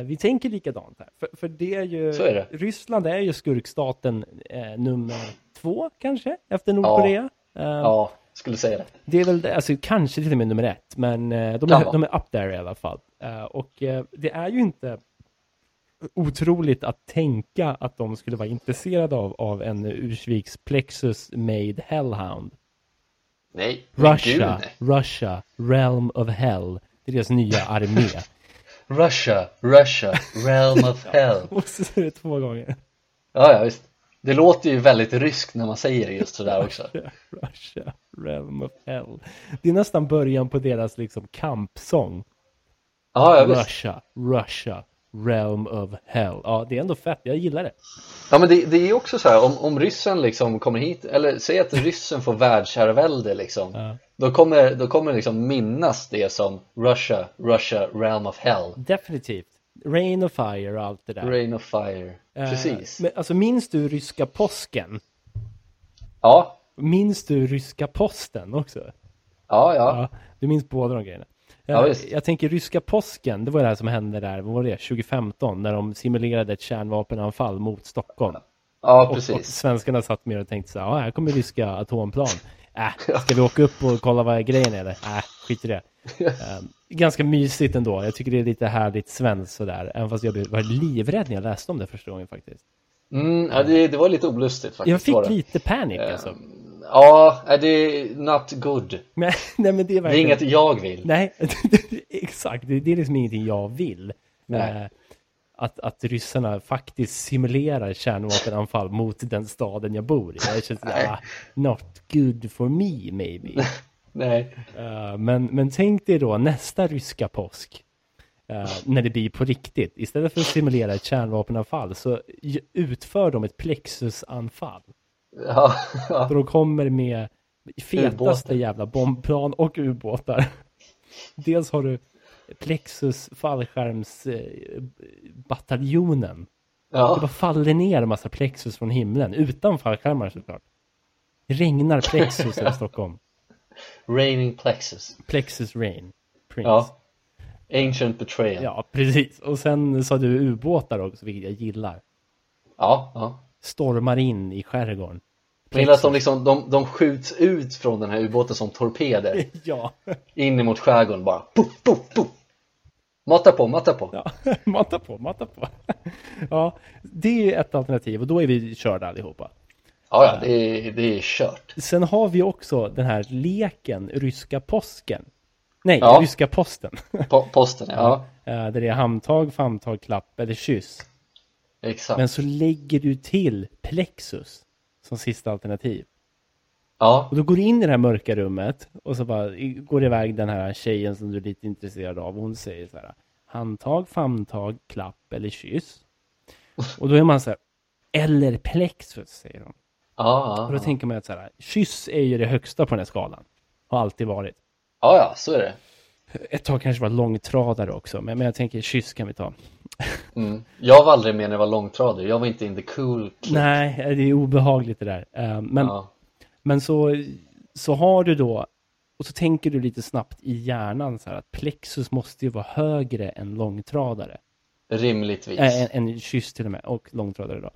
Speaker 1: vi tänker likadant här. För, för det är ju...
Speaker 2: Så är det.
Speaker 1: Ryssland är ju skurkstaten eh, nummer två kanske, efter Nordkorea. Eh,
Speaker 2: Ja, skulle säga det.
Speaker 1: Det är väl, det, alltså kanske till och med nummer ett, men eh, de,
Speaker 2: Kan
Speaker 1: är,
Speaker 2: vara.
Speaker 1: de är up there i alla fall. Eh, och eh, det är ju inte otroligt att tänka att de skulle vara intresserade av, av en Ursviks Plexus Made Hellhound.
Speaker 2: Nej, men
Speaker 1: Russia,
Speaker 2: gud, nej.
Speaker 1: Russia, Realm of Hell. Det är deras nya armé.
Speaker 2: Russia, Russia, realm of hell.
Speaker 1: Och så är det två gånger.
Speaker 2: Ja, ja visst. Det låter ju väldigt ryskt när man säger det just sådär också.
Speaker 1: Russia, Realm of Hell. Det är nästan början på deras liksom kampsång.
Speaker 2: Ja, ja visst.
Speaker 1: Russia, Russia, Realm of Hell. Ja, det är ändå fett. Jag gillar det.
Speaker 2: Ja men det, det är också så här, om, om ryssen liksom kommer hit, eller säg att ryssen får världsherravälde liksom
Speaker 1: Ja.
Speaker 2: Då kommer, då kommer liksom minnas det som Russia, Russia, realm of hell,
Speaker 1: Definitivt. Rain of Fire och allt det där.
Speaker 2: rain of fire
Speaker 1: Eh,
Speaker 2: Precis,
Speaker 1: Men, alltså, minns du ryska påsken?
Speaker 2: ja,
Speaker 1: Minns du ryska posten också?
Speaker 2: ja, ja,
Speaker 1: Ja, du minns båda de grejerna.
Speaker 2: Ja,
Speaker 1: Jag,
Speaker 2: visst.
Speaker 1: jag tänker ryska påsken, det var det här som hände där, vad var det, 2015, när de simulerade ett kärnvapenanfall mot Stockholm.
Speaker 2: ja, Ja,
Speaker 1: Och, och
Speaker 2: precis.
Speaker 1: svenskarna satt mer och tänkte så här, ja, här kommer ryska atomplan. Äh, ska vi åka upp och kolla vad grejen är eller? Äh, skit i det. Ehm, ganska mysigt ändå. Jag tycker det är lite härligt svenskt sådär. Även fast jag blev- var livrädd när jag läste om det första gången faktiskt.
Speaker 2: Mm, ja, det, det var lite olustigt faktiskt.
Speaker 1: Jag
Speaker 2: var
Speaker 1: fick
Speaker 2: det. Ehm.
Speaker 1: lite panik alltså.
Speaker 2: Ja, nej, det är not good. Det
Speaker 1: Men, nej men det är
Speaker 2: är
Speaker 1: verkligen...
Speaker 2: inget jag vill.
Speaker 1: Nej, exakt. Det, det är liksom ingenting jag vill.
Speaker 2: Nej.
Speaker 1: Eh, att, att ryssarna faktiskt simulerar kärnvapenanfall mot den staden jag bor i. Jag känns
Speaker 2: Nej.
Speaker 1: ah, not good for me maybe.
Speaker 2: Nej.
Speaker 1: Eh, men, men tänk dig då nästa ryska påsk. eh, när det blir på riktigt. Istället för att simulera ett kärnvapenanfall så ju- utför de ett plexusanfall.
Speaker 2: Ja, ja.
Speaker 1: Så de kommer med fetaste
Speaker 2: Ubåtar.
Speaker 1: jävla bombplan och ubåtar. Dels har du Plexus fallskärmsbataljonen. Det bara
Speaker 2: ja.
Speaker 1: faller ner en massa Plexus från himlen, utan fallskärmar såklart. Det regnar Plexus i Stockholm.
Speaker 2: Raining plexus.
Speaker 1: Plexus rain. Prince.
Speaker 2: Ja. Ancient betrayal. Ja,
Speaker 1: ja, precis. Och sen sa du ubåtar också, vilket jag gillar.
Speaker 2: ja. ja.
Speaker 1: Stormar in i skärgården.
Speaker 2: Jag gillar att de, liksom, de, de skjuts ut från den här ubåten som torpeder
Speaker 1: Ja,
Speaker 2: in emot skärgården bara. Puff, puff, puff. Mata på, mata på.
Speaker 1: Ja, mata på, mata på. Ja, det är ju ett alternativ och då är vi körda allihopa.
Speaker 2: Ja, ja, det är, det är kört.
Speaker 1: Sen har vi också den här leken, ryska påsken. Nej,
Speaker 2: Ja.
Speaker 1: ryska posten.
Speaker 2: Po- posten, ja.
Speaker 1: Eh, Där det är handtag, famntag, klapp eller kyss.
Speaker 2: Exakt.
Speaker 1: Men så lägger du till plexus som sista alternativ.
Speaker 2: Ja,
Speaker 1: Och då går du in i det här mörka rummet och så bara i- går det iväg den här tjejen som du är lite intresserad av. Hon säger så här handtag, famntag, klapp eller kyss. Och då är man så här eller plexus säger hon.
Speaker 2: ja,
Speaker 1: Och då
Speaker 2: ja.
Speaker 1: tänker man att så här, kyss är ju det högsta på den här skalan. Har alltid varit.
Speaker 2: ja, ja, så är det.
Speaker 1: Ett tag kanske var långtradare också, men, men jag tänker kyss kan vi ta.
Speaker 2: Mm. Jag var aldrig med när jag var långtradare, jag var inte in the cool kid.
Speaker 1: Nej, det är obehagligt det där. Eh, Men,
Speaker 2: Ja.
Speaker 1: men så, så har du då, och så tänker du lite snabbt i hjärnan så här att plexus måste ju vara högre än långtradare.
Speaker 2: Rimligtvis.
Speaker 1: Äh, en, en kyss till och med, och långtradare då.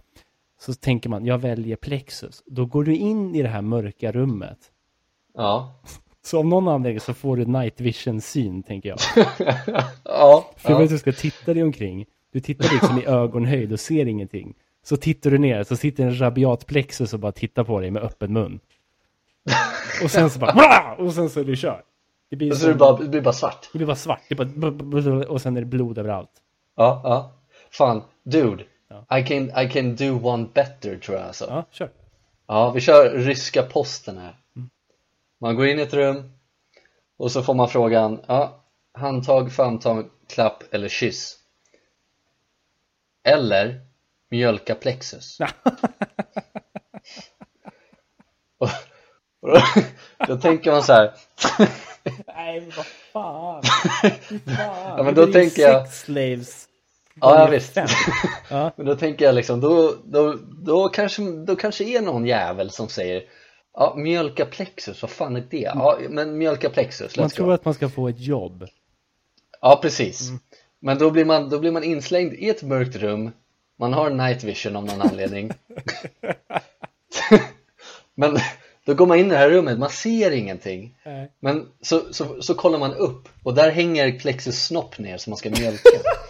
Speaker 1: Så tänker man, jag väljer plexus. Då går du in i det här mörka rummet
Speaker 2: Ja.
Speaker 1: Så av någon anledning så får du night vision syn tänker jag. För
Speaker 2: Ja,
Speaker 1: jag
Speaker 2: ja.
Speaker 1: vet att du ska titta dig omkring. Du tittar liksom i ögonhöjd och ser ingenting. Så tittar du ner, så sitter en rabiat plexus och bara tittar på dig med öppen mun. Och sen så bara... "Bra!" Och sen så är du kör. Det blir,
Speaker 2: Och så är
Speaker 1: som,
Speaker 2: det, bara, det blir bara svart.
Speaker 1: det blir bara svart. Det bara, och sen är det blod överallt.
Speaker 2: Ja, ja. Fan, dude.
Speaker 1: Ja.
Speaker 2: I, can, I can do one better tror jag alltså.
Speaker 1: Ja, kör.
Speaker 2: Ja, vi kör ryska posten här.
Speaker 1: Mm.
Speaker 2: Man går in i ett rum och så får man frågan, ja, handtag, famntag, klapp eller kyss? Eller mjölka plexus. och, och då, då tänker man så här,
Speaker 1: Nej, men vad fan.
Speaker 2: Ja, men
Speaker 1: Det
Speaker 2: då
Speaker 1: är ju
Speaker 2: tänker jag-
Speaker 1: Sex slaves.
Speaker 2: ja, ja
Speaker 1: gånger
Speaker 2: visst.
Speaker 1: fem. Ja.
Speaker 2: Men då tänker jag liksom, då, då, då, kanske, då kanske är någon jävel som säger Ja, mjölka plexus, vad fan är det? Ja, men mjölka plexus,
Speaker 1: Man
Speaker 2: let's
Speaker 1: tror
Speaker 2: go.
Speaker 1: att man ska få ett jobb.
Speaker 2: Ja, precis. Men då blir, man, då blir man inslängd i ett mörkt rum, man har night vision av någon anledning. men då går man in i det här rummet, man ser ingenting.
Speaker 1: Nej.
Speaker 2: Men så, så, så kollar man upp och där hänger plexus snopp ner som man ska mjölka.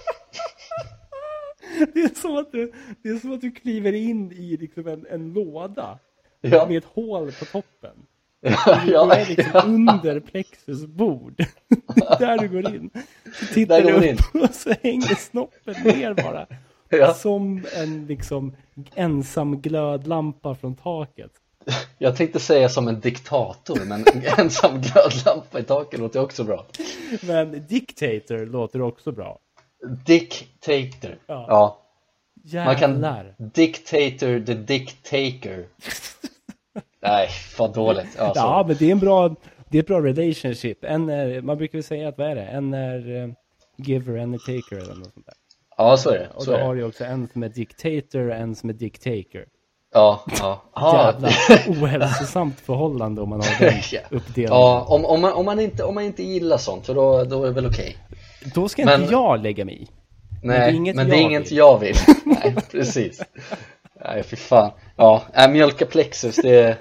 Speaker 1: Det är som att du, det är som att du kliver in i liksom en, en låda
Speaker 2: ja,
Speaker 1: med ett hål på toppen.
Speaker 2: ja,
Speaker 1: Du
Speaker 2: ja,
Speaker 1: är liksom under Plexus bord. Det är där du går in. Så tittar
Speaker 2: Där
Speaker 1: du
Speaker 2: går
Speaker 1: upp
Speaker 2: vi
Speaker 1: och så hänger snoppen ner bara.
Speaker 2: ja.
Speaker 1: Som en liksom ensam glödlampa från taket.
Speaker 2: Jag tänkte säga som en diktator, men ensam glödlampa i taket låter också bra.
Speaker 1: Men Dictator låter också bra.
Speaker 2: Dictator.
Speaker 1: Ja.
Speaker 2: Ja. Man kan-
Speaker 1: Jävlar.
Speaker 2: Dictator the dictator. Nej, vad dåligt. Ja, så.
Speaker 1: Ja, men det är en bra, det är ett bra relationship. En är, man brukar väl säga att vad är det? En är eh, giver, en är taker eller något sånt där.
Speaker 2: ja så är det.
Speaker 1: Och
Speaker 2: Så
Speaker 1: då
Speaker 2: är
Speaker 1: har
Speaker 2: det.
Speaker 1: du också en som är dictator och en som är dictaker.
Speaker 2: Ja, ja. Ah,
Speaker 1: Jävla ohälsosamt förhållande om man har
Speaker 2: Ja.
Speaker 1: den uppdelningen.
Speaker 2: ja om, om, man, om, man inte, om man inte gillar sånt, för då, då är det väl okej.
Speaker 1: Då ska
Speaker 2: Men-
Speaker 1: inte jag lägga mig i.
Speaker 2: Nej,
Speaker 1: inget
Speaker 2: men det är
Speaker 1: jag
Speaker 2: inget
Speaker 1: vill.
Speaker 2: jag vill. Nej, precis. Nej, fy fan. Ja, äh, mjölka plexus, det,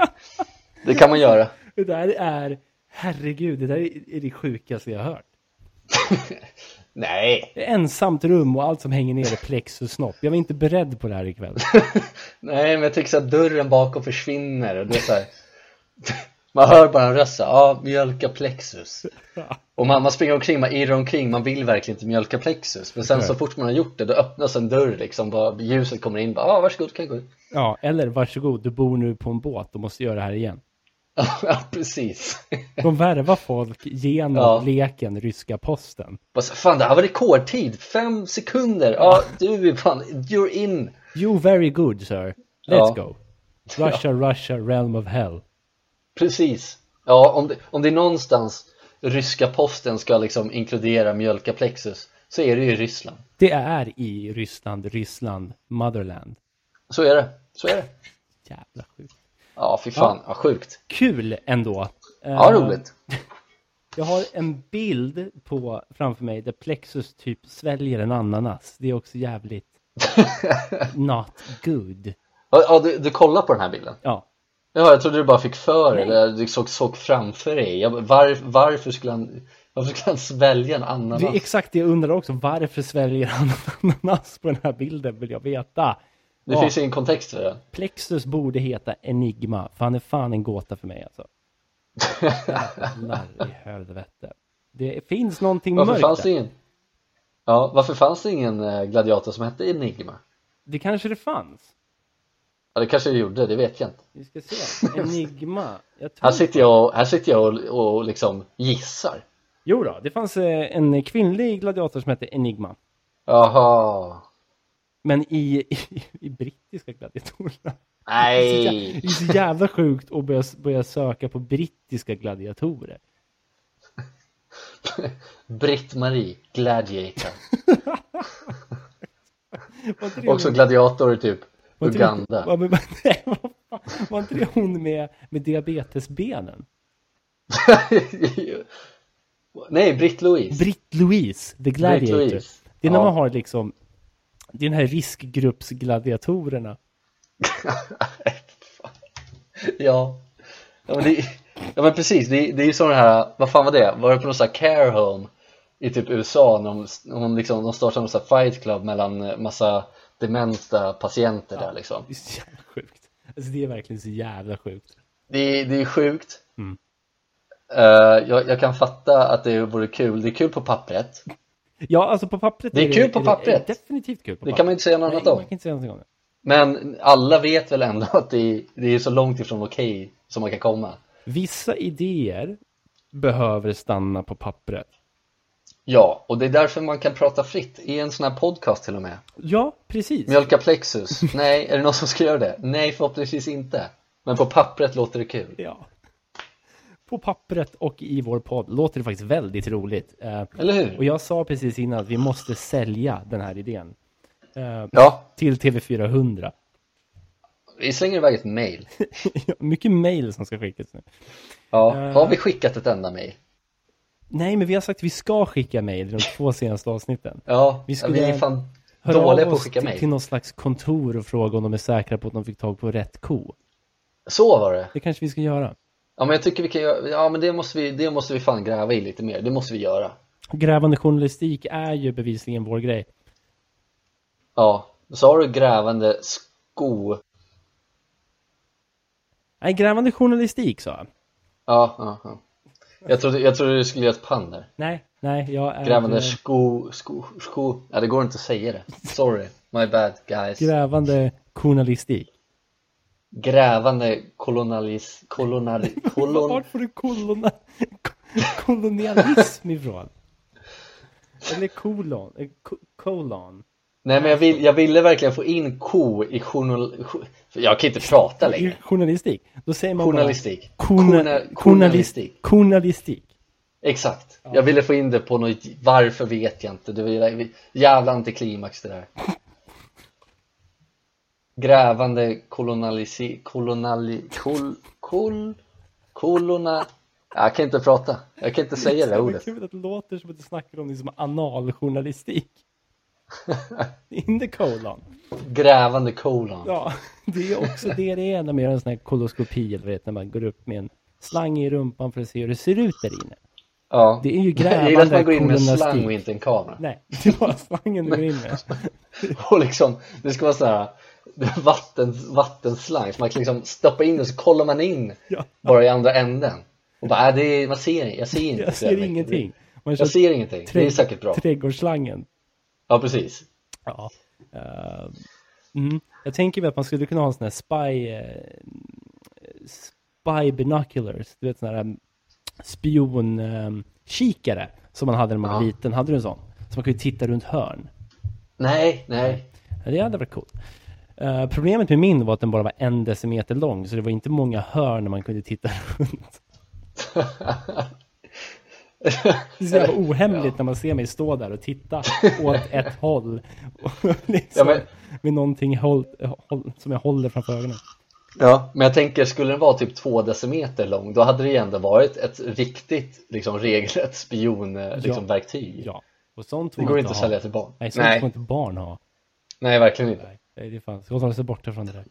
Speaker 2: det kan man göra.
Speaker 1: Det där är, herregud, det där är, är det sjukaste jag har hört.
Speaker 2: Nej,
Speaker 1: Det är ensamt rum och allt som hänger ner är plexusnopp. Jag var inte beredd på det här ikväll.
Speaker 2: nej, men jag tycker så att dörren bakom försvinner och det är så här, Man hör bara en röst så här, ja, mjölka plexus. Och man, man springer omkring, man irrar omkring, man vill verkligen inte mjölka plexus. Men sen så
Speaker 1: Nej.
Speaker 2: fort man har gjort det, då öppnas en dörr liksom, bara, ljuset kommer in, bara, ja, varsågod, kan jag gå ut.
Speaker 1: Ja, eller varsågod, du bor nu på en båt och måste göra det här igen.
Speaker 2: Ja, precis.
Speaker 1: De värvar folk genom
Speaker 2: Ja.
Speaker 1: leken ryska posten.
Speaker 2: Bara så, fan, det här var rekordtid, fem sekunder. Ja, du är fan, you're in.
Speaker 1: You very good sir. Let's
Speaker 2: Ja.
Speaker 1: go. Russia, Russia, realm of hell.
Speaker 2: Precis. Ja, om det, om det är någonstans ryska posten ska liksom inkludera mjölka plexus så är det ju i Ryssland.
Speaker 1: Det är i Ryssland, Ryssland, motherland.
Speaker 2: Så är det. Så är det.
Speaker 1: Jävla sjukt.
Speaker 2: Ja, fy fan. Ja, sjukt.
Speaker 1: Kul ändå.
Speaker 2: Ja,
Speaker 1: Eh,
Speaker 2: roligt.
Speaker 1: Jag har en bild på framför mig där Plexus typ sväljer en ananas. Det är också jävligt not good.
Speaker 2: Ja, ja, du, du kollar på den här bilden?
Speaker 1: Ja,
Speaker 2: Ja, jag trodde du bara fick för
Speaker 1: Nej.
Speaker 2: dig, eller du såg, såg framför dig. Jag, bara, var, varför, skulle han, varför skulle han svälja en
Speaker 1: det är
Speaker 2: ananas?
Speaker 1: exakt det jag undrar också. Varför sväljer han en ananas på den här bilden vill jag veta.
Speaker 2: Det
Speaker 1: Ja.
Speaker 2: finns ingen kontext för det.
Speaker 1: Plexus borde heta Enigma, för han är fan en gåta för mig alltså. Jävlar i helvete. Det finns någonting
Speaker 2: Varför
Speaker 1: mörkt
Speaker 2: fanns
Speaker 1: där.
Speaker 2: det ingen? Ja, varför fanns det ingen eh, gladiator som hette Enigma?
Speaker 1: Det kanske det fanns.
Speaker 2: Ja, det kanske det gjorde, det vet jag inte.
Speaker 1: Vi ska se. Enigma. Jag tror...
Speaker 2: Här sitter jag och, här sitter jag och, och liksom gissar.
Speaker 1: Jo då, det fanns eh, en kvinnlig gladiator som hette Enigma.
Speaker 2: Jaha.
Speaker 1: Men i, i, i brittiska gladiatorerna. Det är så jä-
Speaker 2: Nej.
Speaker 1: det är så jävla sjukt att börja, börja söka på brittiska gladiatorer.
Speaker 2: Britt-Marie, Gladiator.
Speaker 1: Var inte det
Speaker 2: Också
Speaker 1: hon-
Speaker 2: gladiator i typ
Speaker 1: var inte det-
Speaker 2: Uganda.
Speaker 1: Ja, men vad- nej, vad fan. Var inte det hon med, med diabetesbenen?
Speaker 2: Nej, Britt-Louise.
Speaker 1: Britt-Louise, the gladiator.
Speaker 2: Britt-Louise.
Speaker 1: Det är när
Speaker 2: Ja.
Speaker 1: man har liksom, det är den här riskgruppsgladiatorerna.
Speaker 2: Ja. Ja men, det, ja men precis, det, det är ju som det här, vad fan var det? Var det på någon sån här care home i typ USA när de, när de, liksom, de startade någon sån här fight club mellan eh, massa dementa patienter där liksom.
Speaker 1: Det är så jävla sjukt. Alltså det är verkligen så jävla sjukt.
Speaker 2: Det är, det är sjukt.
Speaker 1: Mm.
Speaker 2: Eh, jag, jag kan fatta att det vore kul. Det är kul på pappret.
Speaker 1: Ja, alltså på pappret.
Speaker 2: Det är kul på pappret.
Speaker 1: Det är definitivt kul på
Speaker 2: Det
Speaker 1: pappret.
Speaker 2: kan man inte säga något annat
Speaker 1: Nej,
Speaker 2: om.
Speaker 1: man kan inte säga något om det.
Speaker 2: Men alla vet väl ändå att det är, det är så långt ifrån okej som man kan komma.
Speaker 1: Vissa idéer behöver stanna på pappret.
Speaker 2: Ja, och det är därför man kan prata fritt i en sån här podcast till och med.
Speaker 1: Ja, precis.
Speaker 2: Mjölka plexus. Nej, är det någon som ska göra det? Nej, förhoppningsvis inte. Men på pappret låter det kul.
Speaker 1: Ja. På pappret och i vår podd låter det faktiskt väldigt roligt. Eh,
Speaker 2: Eller
Speaker 1: Och
Speaker 2: hur?
Speaker 1: jag sa precis innan att vi måste sälja den här idén eh,
Speaker 2: Ja,
Speaker 1: till TV400.
Speaker 2: vi slänger iväg ett mail.
Speaker 1: Mycket mejl som ska skickas nu.
Speaker 2: Ja,
Speaker 1: Eh.
Speaker 2: har vi skickat ett enda mail?
Speaker 1: Nej, men vi har sagt att vi ska skicka mejl i de två senaste avsnitten.
Speaker 2: Ja,
Speaker 1: Vi
Speaker 2: vi,
Speaker 1: skulle
Speaker 2: är fan
Speaker 1: Hör
Speaker 2: dåliga
Speaker 1: av
Speaker 2: på att
Speaker 1: oss
Speaker 2: skicka
Speaker 1: till-
Speaker 2: mail.
Speaker 1: till någon slags kontor och fråga om de är säkra på att de fick tag på rätt ko.
Speaker 2: Så var det.
Speaker 1: Det kanske vi ska göra.
Speaker 2: Ja, men jag tycker vi kan göra, ja men det måste vi, det måste vi fan gräva i lite mer. Det måste vi göra.
Speaker 1: Grävande journalistik är ju bevisligen vår grej.
Speaker 2: Ja, sa du grävande sko?
Speaker 1: Nej, grävande journalistik sa jag.
Speaker 2: Ja, ja, ja. Jag trodde, jag trodde du skulle göra ett pann där.
Speaker 1: Nej, nej, jag är...
Speaker 2: Grävande sko, sko, sko. Ja, det går inte att säga det. Sorry, my bad guys.
Speaker 1: Grävande journalistik.
Speaker 2: Grävande kolonalis, kolonal, kolon,
Speaker 1: Vart får du kolona... kolonialism ifrån? Eller kolon? eh, ko- Kolon?
Speaker 2: Nej men jag, vill, jag ville verkligen få in ko i journal, jo- jag kan inte prata
Speaker 1: I
Speaker 2: längre.
Speaker 1: journalistik? Då säger man
Speaker 2: Journalistik.
Speaker 1: bara... Journalistik.
Speaker 2: Journa-
Speaker 1: Journalistik. Journalistik.
Speaker 2: Exakt. Jag ville få in det på något, varför vet jag inte. Det var ju- jävla antiklimax det där. Grävande kolonalisi, kolonali, kol, kol, kolona. Jag kan inte prata. Jag kan inte säga det
Speaker 1: Det är
Speaker 2: ordet.
Speaker 1: kul att det låter som att du snackar om det som analjournalistik. In the colon.
Speaker 2: Grävande kolon.
Speaker 1: Ja, det är också det det är när man gör en sån här koloskopi, eller vet, när man går upp med en slang i rumpan för att se hur det ser ut där inne.
Speaker 2: Ja.
Speaker 1: Det är ju
Speaker 2: Jag gillar att
Speaker 1: grävande
Speaker 2: man går in med en slang och
Speaker 1: kolonastik.
Speaker 2: inte en kamera.
Speaker 1: Nej, det är bara slangen du går in med.
Speaker 2: Och liksom, det ska vara så här vatten, vattenslang. Så man kan liksom stoppa in och så kollar man in
Speaker 1: Ja.
Speaker 2: bara i andra änden. Och bara, äh, det är, man ser, jag ser inte.
Speaker 1: Jag
Speaker 2: så jävla
Speaker 1: ser
Speaker 2: mycket.
Speaker 1: ingenting. Man
Speaker 2: Jag ser ingenting. Det är
Speaker 1: träd-
Speaker 2: säkert bra.
Speaker 1: Trädgårdsslangen.
Speaker 2: Ja, precis.
Speaker 1: Ja. Eh, mm. Jag tänker mig att man skulle kunna ha en sån här spy... eh, spy binoculars. Du vet sån här eh, spionkikare. Som man hade när man var
Speaker 2: Ja.
Speaker 1: liten. Hade du en sån? Så man kunde titta runt hörn.
Speaker 2: Nej, nej.
Speaker 1: Ja, Det hade varit coolt. Eh, problemet med min var att den bara var en decimeter lång. Så det var inte många hörn man kunde titta runt. Det är så jävla ohemligt när man ser mig stå där och titta åt ett håll. Och liksom,
Speaker 2: Ja, men-
Speaker 1: Med någonting håll, håll, som jag håller framför ögonen.
Speaker 2: Ja, men jag tänker skulle den vara typ två decimeter lång då hade det ju ändå varit ett riktigt liksom, regelrätt spionverktyg. Liksom, verktyg.
Speaker 1: Ja, och sånt får
Speaker 2: Det
Speaker 1: man
Speaker 2: går inte att
Speaker 1: ha.
Speaker 2: sälja till barn.
Speaker 1: Nej, sånt får
Speaker 2: nej,
Speaker 1: inte barn ha.
Speaker 2: nej, verkligen inte.
Speaker 1: Nej, det är fan, ska hålla sig borta från det där.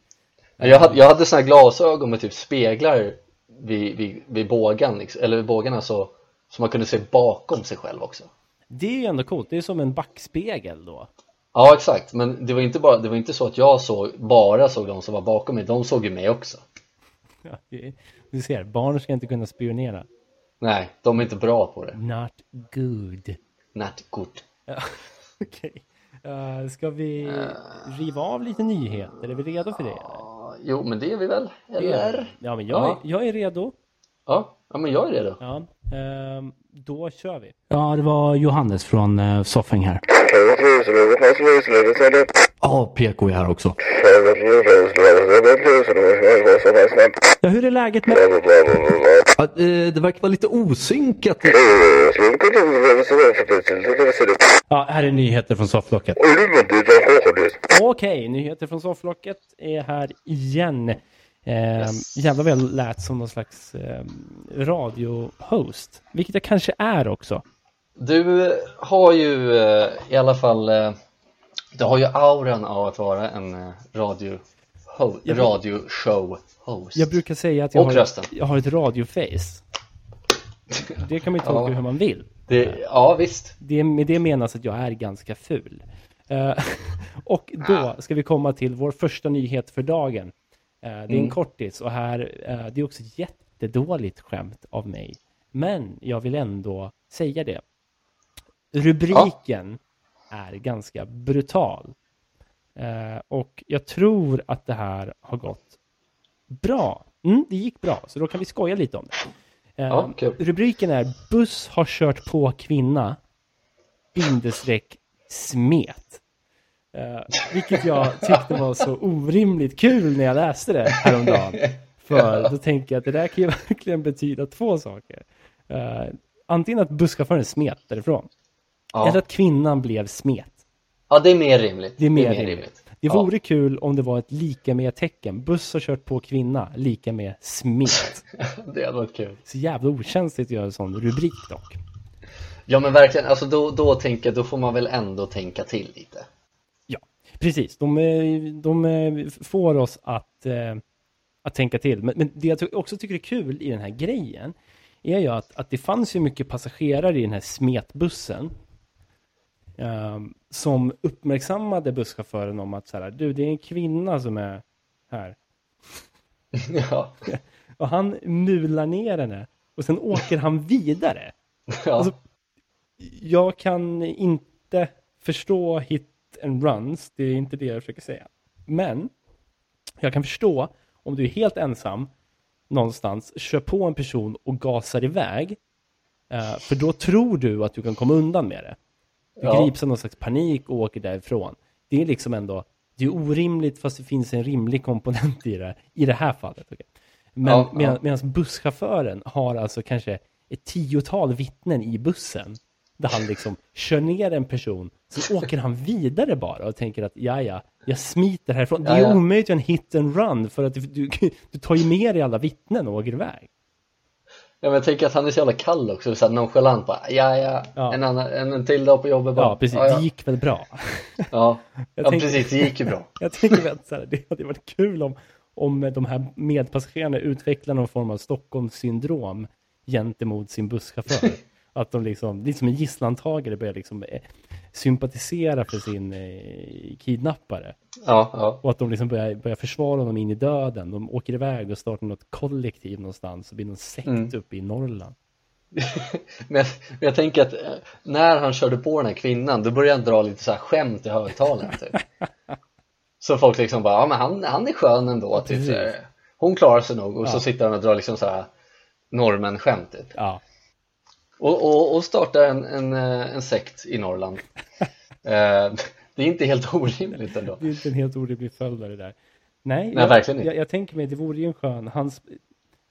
Speaker 2: Jag hade, jag hade såna här glasögon med typ speglar vid, vid, vid bågan, liksom, eller vid bågarna så, så man kunde se bakom sig själv också.
Speaker 1: Det är ju ändå coolt, det är som en backspegel då.
Speaker 2: Ja, exakt, men det var inte, bara, det var inte så att jag såg, bara såg de som var bakom mig, de såg ju mig också.
Speaker 1: Ja, det- Du ser, barn ska inte kunna spionera.
Speaker 2: Nej, de är inte bra på det.
Speaker 1: Not good.
Speaker 2: Not good.
Speaker 1: Ja, Okej. Eh, ska vi riva av lite nyheter? Är vi redo för det? eller?
Speaker 2: Ja, Jo, men det är vi väl,
Speaker 1: Det är vi.
Speaker 2: eller?
Speaker 1: Ja, men jag,
Speaker 2: Ja.
Speaker 1: jag är redo.
Speaker 2: Ja, ja men jag är redo.
Speaker 1: Ja, ehm, då kör vi. Ja, det var Johannes från eh, Soffing här. Ja, PK är här också. Ja, hur är läget med...
Speaker 4: Ja, eh, det verkar vara lite osynkat.
Speaker 1: Ja, här är nyheter från Sofflocket.
Speaker 5: Yes.
Speaker 1: Okej, nyheter från Sofflocket är här igen. Eh, Jävlar vad jag lät som någon slags eh, radiohost. Vilket jag kanske är också.
Speaker 2: Du har ju eh, i alla fall, eh, du har ju auran av att vara en eh, radio, ho,
Speaker 1: Jag-
Speaker 2: radioshow host.
Speaker 1: Jag brukar säga att jag,
Speaker 2: Och
Speaker 1: har,
Speaker 2: rösten.
Speaker 1: jag har ett radioface. Det kan man ju tolka
Speaker 2: Ja.
Speaker 1: hur man vill.
Speaker 2: Det, ja, visst.
Speaker 1: Det, med det menas att jag är ganska ful. Eh, och då ska vi komma till vår första nyhet för dagen. Eh, det är en kortis och här, eh, det är också ett jättedåligt skämt av mig. Men jag vill ändå säga det. Rubriken är ganska brutal. Eh, och jag tror att det här har gått bra. Mm, det gick bra, så då kan vi skoja lite om det. Eh,
Speaker 2: Ja, kul.
Speaker 1: Rubriken är Buss har kört på kvinna bindestreck smet. Eh, vilket jag tyckte var så orimligt kul när jag läste det häromdagen. För då tänker jag att det där kan ju verkligen betyda två saker. Eh, antingen att busschauffören smet därifrån. Eller
Speaker 2: Ja.
Speaker 1: att kvinnan blev smet.
Speaker 2: ja, det är mer rimligt.
Speaker 1: Det är mer rimligt. Det
Speaker 2: Ja.
Speaker 1: vore kul om det var ett lika med tecken. Buss har kört på kvinna, lika med smet.
Speaker 2: Det hade varit kul.
Speaker 1: Så jävla okänsligt att göra en sån rubrik dock.
Speaker 2: Ja, men verkligen, alltså då, då tänker jag, då får man väl ändå tänka till lite.
Speaker 1: Ja, precis. De, eh, de eh, får oss att, eh, att tänka till. Men, men det jag ty- också tycker är kul i den här grejen är ju att, att det fanns ju mycket passagerare i den här smetbussen eh, som uppmärksammade busschauffören om att så här, du, det är en kvinna som är här.
Speaker 2: Ja,
Speaker 1: Och han mular ner henne och sen åker han vidare.
Speaker 2: ja.
Speaker 1: Alltså, jag kan inte förstå hit and runs, det är inte det jag försöker säga. Men jag kan förstå om du är helt ensam någonstans, kör på en person och gasar iväg. eh, För då tror du att du kan komma undan med det. Du
Speaker 2: Ja.
Speaker 1: grips av någon slags panik och åker därifrån. Det är liksom ändå, det är orimligt fast det finns en rimlig komponent i det, i det här fallet. okej. Men
Speaker 2: Ja, ja.
Speaker 1: medan medans busschauffören har alltså kanske ett tiotal vittnen i bussen där han liksom kör ner en person, så åker han vidare bara och tänker att ja, ja, jag smiter härifrån. Det är
Speaker 2: Ja, ja.
Speaker 1: omöjligt att göra en hit and run för att du, du, du tar ju med dig alla vittnen och åker iväg.
Speaker 2: Ja, men jag tänker att han är så jävla kall också, så här nonchalant bara, ja, ja,
Speaker 1: Ja.
Speaker 2: En, annan, en, en till dag på jobbet bara.
Speaker 1: Ja, precis.
Speaker 2: Ja,
Speaker 1: Det
Speaker 2: ja.
Speaker 1: gick väl bra.
Speaker 2: ja.
Speaker 1: Jag
Speaker 2: ja
Speaker 1: tänkte-
Speaker 2: precis, det gick ju bra.
Speaker 1: Jag tänker väl att så här, det hade varit kul om, om de här medpassagerarna utvecklar någon form av Stockholmssyndrom gentemot sin busschaufför. Att de liksom, lite som en gisslantagare, börjar liksom eh, sympatisera för sin eh, kidnappare.
Speaker 2: Ja, ja.
Speaker 1: Och att de liksom börjar, börjar försvara honom in i döden. De åker iväg och startar något kollektiv någonstans. Det blir någon sekt uppe i Norrland.
Speaker 2: Men, men jag tänker att eh, när han körde på den här kvinnan, då började han dra lite så här skämt i högtalaren typ. Så folk liksom bara, ja men han, han är skön ändå, typ så
Speaker 1: Precis.
Speaker 2: här. Hon klarar sig nog. Och
Speaker 1: Ja.
Speaker 2: så sitter han och drar liksom så här norrmän-skämt typ.
Speaker 1: Ja,
Speaker 2: Och, och, och startar en, en, eh, en sekt i Norrland. Eh, det är inte helt orimligt ändå.
Speaker 1: det är inte en helt orimlig följd av det där. Nej,
Speaker 2: Nej,
Speaker 1: jag,
Speaker 2: verkligen inte.
Speaker 1: jag, jag tänker mig, det vore ju en skön... Hans,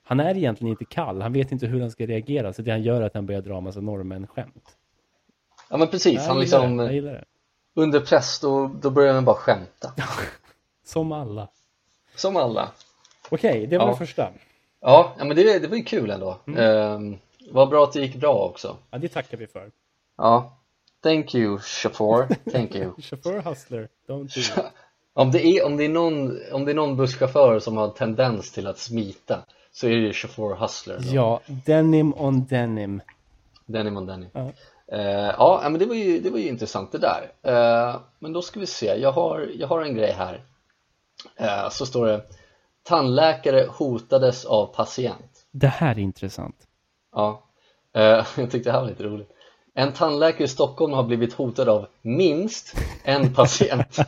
Speaker 1: han är egentligen inte kall. Han vet inte hur han ska reagera. Så det han gör är att han börjar dra en massa norrmän-skämt.
Speaker 2: Ja men precis,
Speaker 1: Jag
Speaker 2: han
Speaker 1: gillar
Speaker 2: liksom
Speaker 1: det, jag gillar det.
Speaker 2: under press då, då börjar han bara skämta.
Speaker 1: Som alla.
Speaker 2: Som alla.
Speaker 1: Okej, det var
Speaker 2: Ja.
Speaker 1: den första.
Speaker 2: Ja, ja men det, det var ju kul ändå.
Speaker 1: Mm.
Speaker 2: Eh, vad bra att det gick bra också.
Speaker 1: Ja, det tackar vi för.
Speaker 2: Ja, thank you chaufför, thank you.
Speaker 1: Chaufför hustler, don't do it.
Speaker 2: Om det är, om det är, någon, om det är någon busschaufför som har tendens till att smita så är det ju chaufför hustler. Då.
Speaker 1: Ja, denim on denim.
Speaker 2: Danny Mon Danny.
Speaker 1: Ja.
Speaker 2: Eh, ja, men det var ju, det var ju intressant det där. Eh, men då ska vi se, jag har, jag har en grej här. Eh, så står det Tandläkare hotades av patient.
Speaker 1: Det här är intressant.
Speaker 2: Ja, eh, jag tyckte det här var lite roligt. En tandläkare i Stockholm har blivit hotad av minst en patient.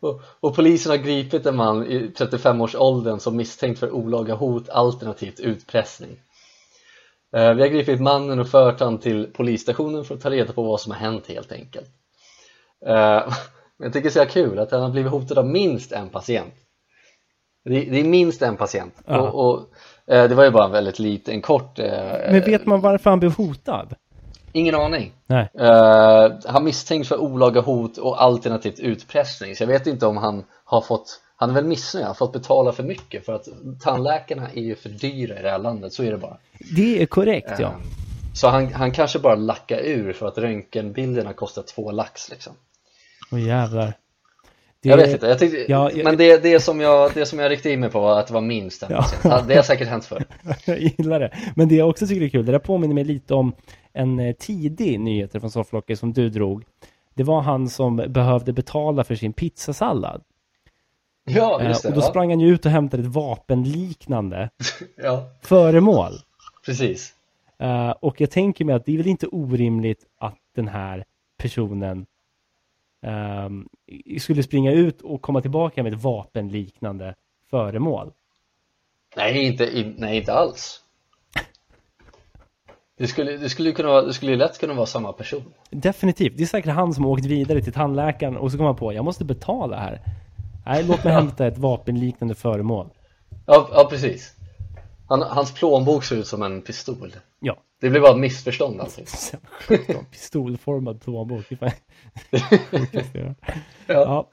Speaker 2: och, och polisen har gripit en man i 35-årsåldern som misstänkt för olaga hot alternativt utpressning. Eh, vi har gripit mannen och fört han till polisstationen för att ta reda på vad som har hänt helt enkelt. Eh, men jag tycker det är så jävla kul att han har blivit hotad av minst en patient. Det, det är minst en patient.
Speaker 1: Ja.
Speaker 2: Och, och, eh, det var ju bara en väldigt liten, en kort... eh,
Speaker 1: Men vet man varför han blev hotad?
Speaker 2: Ingen aning.
Speaker 1: Nej.
Speaker 2: Eh, han misstänks för olaga hot och alternativt utpressning. Så jag vet inte om han har fått, han är väl missnöjd, han har fått betala för mycket. För att tandläkarna är ju för dyra i det här landet, så är det bara.
Speaker 1: Det är korrekt, ja.
Speaker 2: Så han, han kanske bara lackar ur för att röntgenbilderna kostar två lax liksom.
Speaker 1: Åh jävlar. Det-
Speaker 2: Jag vet inte, jag tyckte,
Speaker 1: Ja, jag-
Speaker 2: men det, det, som jag, det som jag riktade in mig på var att det var minst en
Speaker 1: Ja.
Speaker 2: procent. Det har säkert hänt förr.
Speaker 1: Jag gillar det. Men det jag också tycker är kul, det där påminner mig lite om en eh, tidig nyheter från Sofflocket som du drog. Det var han som behövde betala för sin pizzasallad.
Speaker 2: Ja,
Speaker 1: Eh,
Speaker 2: just det.
Speaker 1: och då
Speaker 2: ja.
Speaker 1: sprang han ju ut och hämtade ett vapenliknande
Speaker 2: ja,
Speaker 1: föremål.
Speaker 2: precis.
Speaker 1: Eh, och jag tänker mig att det är väl inte orimligt att den här personen ehm, skulle springa ut och komma tillbaka med ett vapenliknande föremål.
Speaker 2: Nej, inte, i- nej, inte alls. Det skulle, det, skulle ju kunna vara, det skulle ju lätt kunna vara samma person.
Speaker 1: Definitivt. Det är säkert han som har åkt vidare till tandläkaren och så kommer han på jag måste betala här. Nej, låt mig hämta ett vapenliknande föremål.
Speaker 2: Ja, ja precis. Han, hans plånbok ser ut som en pistol.
Speaker 1: Ja,
Speaker 2: Det blir bara ett missförstånd alltså. allting.
Speaker 1: sen sjutton, pistolformad plånbok. Det är fan sjukaste jag hört.
Speaker 2: Ja.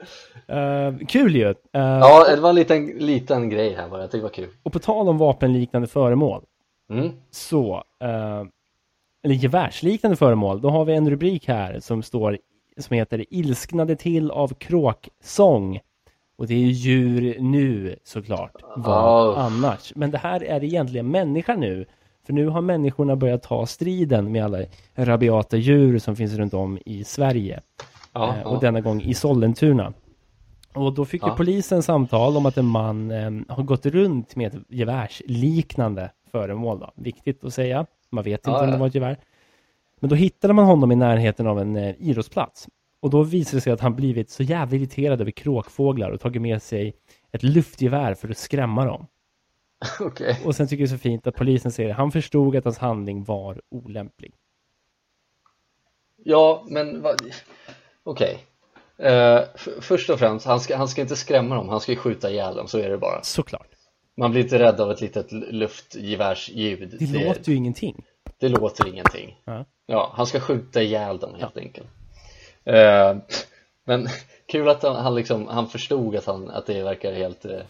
Speaker 1: Ja. Eh, kul ju. Eh,
Speaker 2: Ja, det var en liten, liten grej här bara. Jag tyckte det var kul.
Speaker 1: Och på tal om vapenliknande föremål.
Speaker 2: Mm.
Speaker 1: Så, eh, eller gevärsliknande föremål. Då har vi en rubrik här som står som heter Ilsknade till av kråksång. Och det är ju djur nu såklart. Vad
Speaker 2: Oh.
Speaker 1: annars? Men det här är egentligen människa nu. För nu har människorna börjat ta striden med alla rabiata djur som finns runt om i Sverige.
Speaker 2: Ja,
Speaker 1: Eh,
Speaker 2: ja.
Speaker 1: och denna gång i Sollentuna. Och då fick ju
Speaker 2: Ja.
Speaker 1: polisen samtal om att en man eh, har gått runt med ett gevärsliknande föremål. Då. Viktigt att säga. Man vet inte
Speaker 2: Ja,
Speaker 1: om det
Speaker 2: ja.
Speaker 1: var ett gevär. Men då hittade man honom i närheten av en eh, idrottsplats. Och då visade det sig att han blivit så jävla irriterad över kråkfåglar och tagit med sig ett luftgevär för att skrämma dem.
Speaker 2: Okej.
Speaker 1: Och sen tycker jag det är så fint att polisen säger att han förstod att hans handling var olämplig.
Speaker 2: Ja, men vad... Okej. Eh, f- först och främst, han ska, han ska inte skrämma dem, han ska ju skjuta ihjäl dem, så är det bara.
Speaker 1: Såklart.
Speaker 2: Man blir inte rädd av ett litet l- luftgevärsljud.
Speaker 1: Det, låter ju ingenting.
Speaker 2: det låter ingenting.
Speaker 1: Ja.
Speaker 2: Ja, han ska skjuta ihjäl dem helt enkelt. Eh, men kul att han, han, liksom, han förstod att, han, att det verkar helt eh,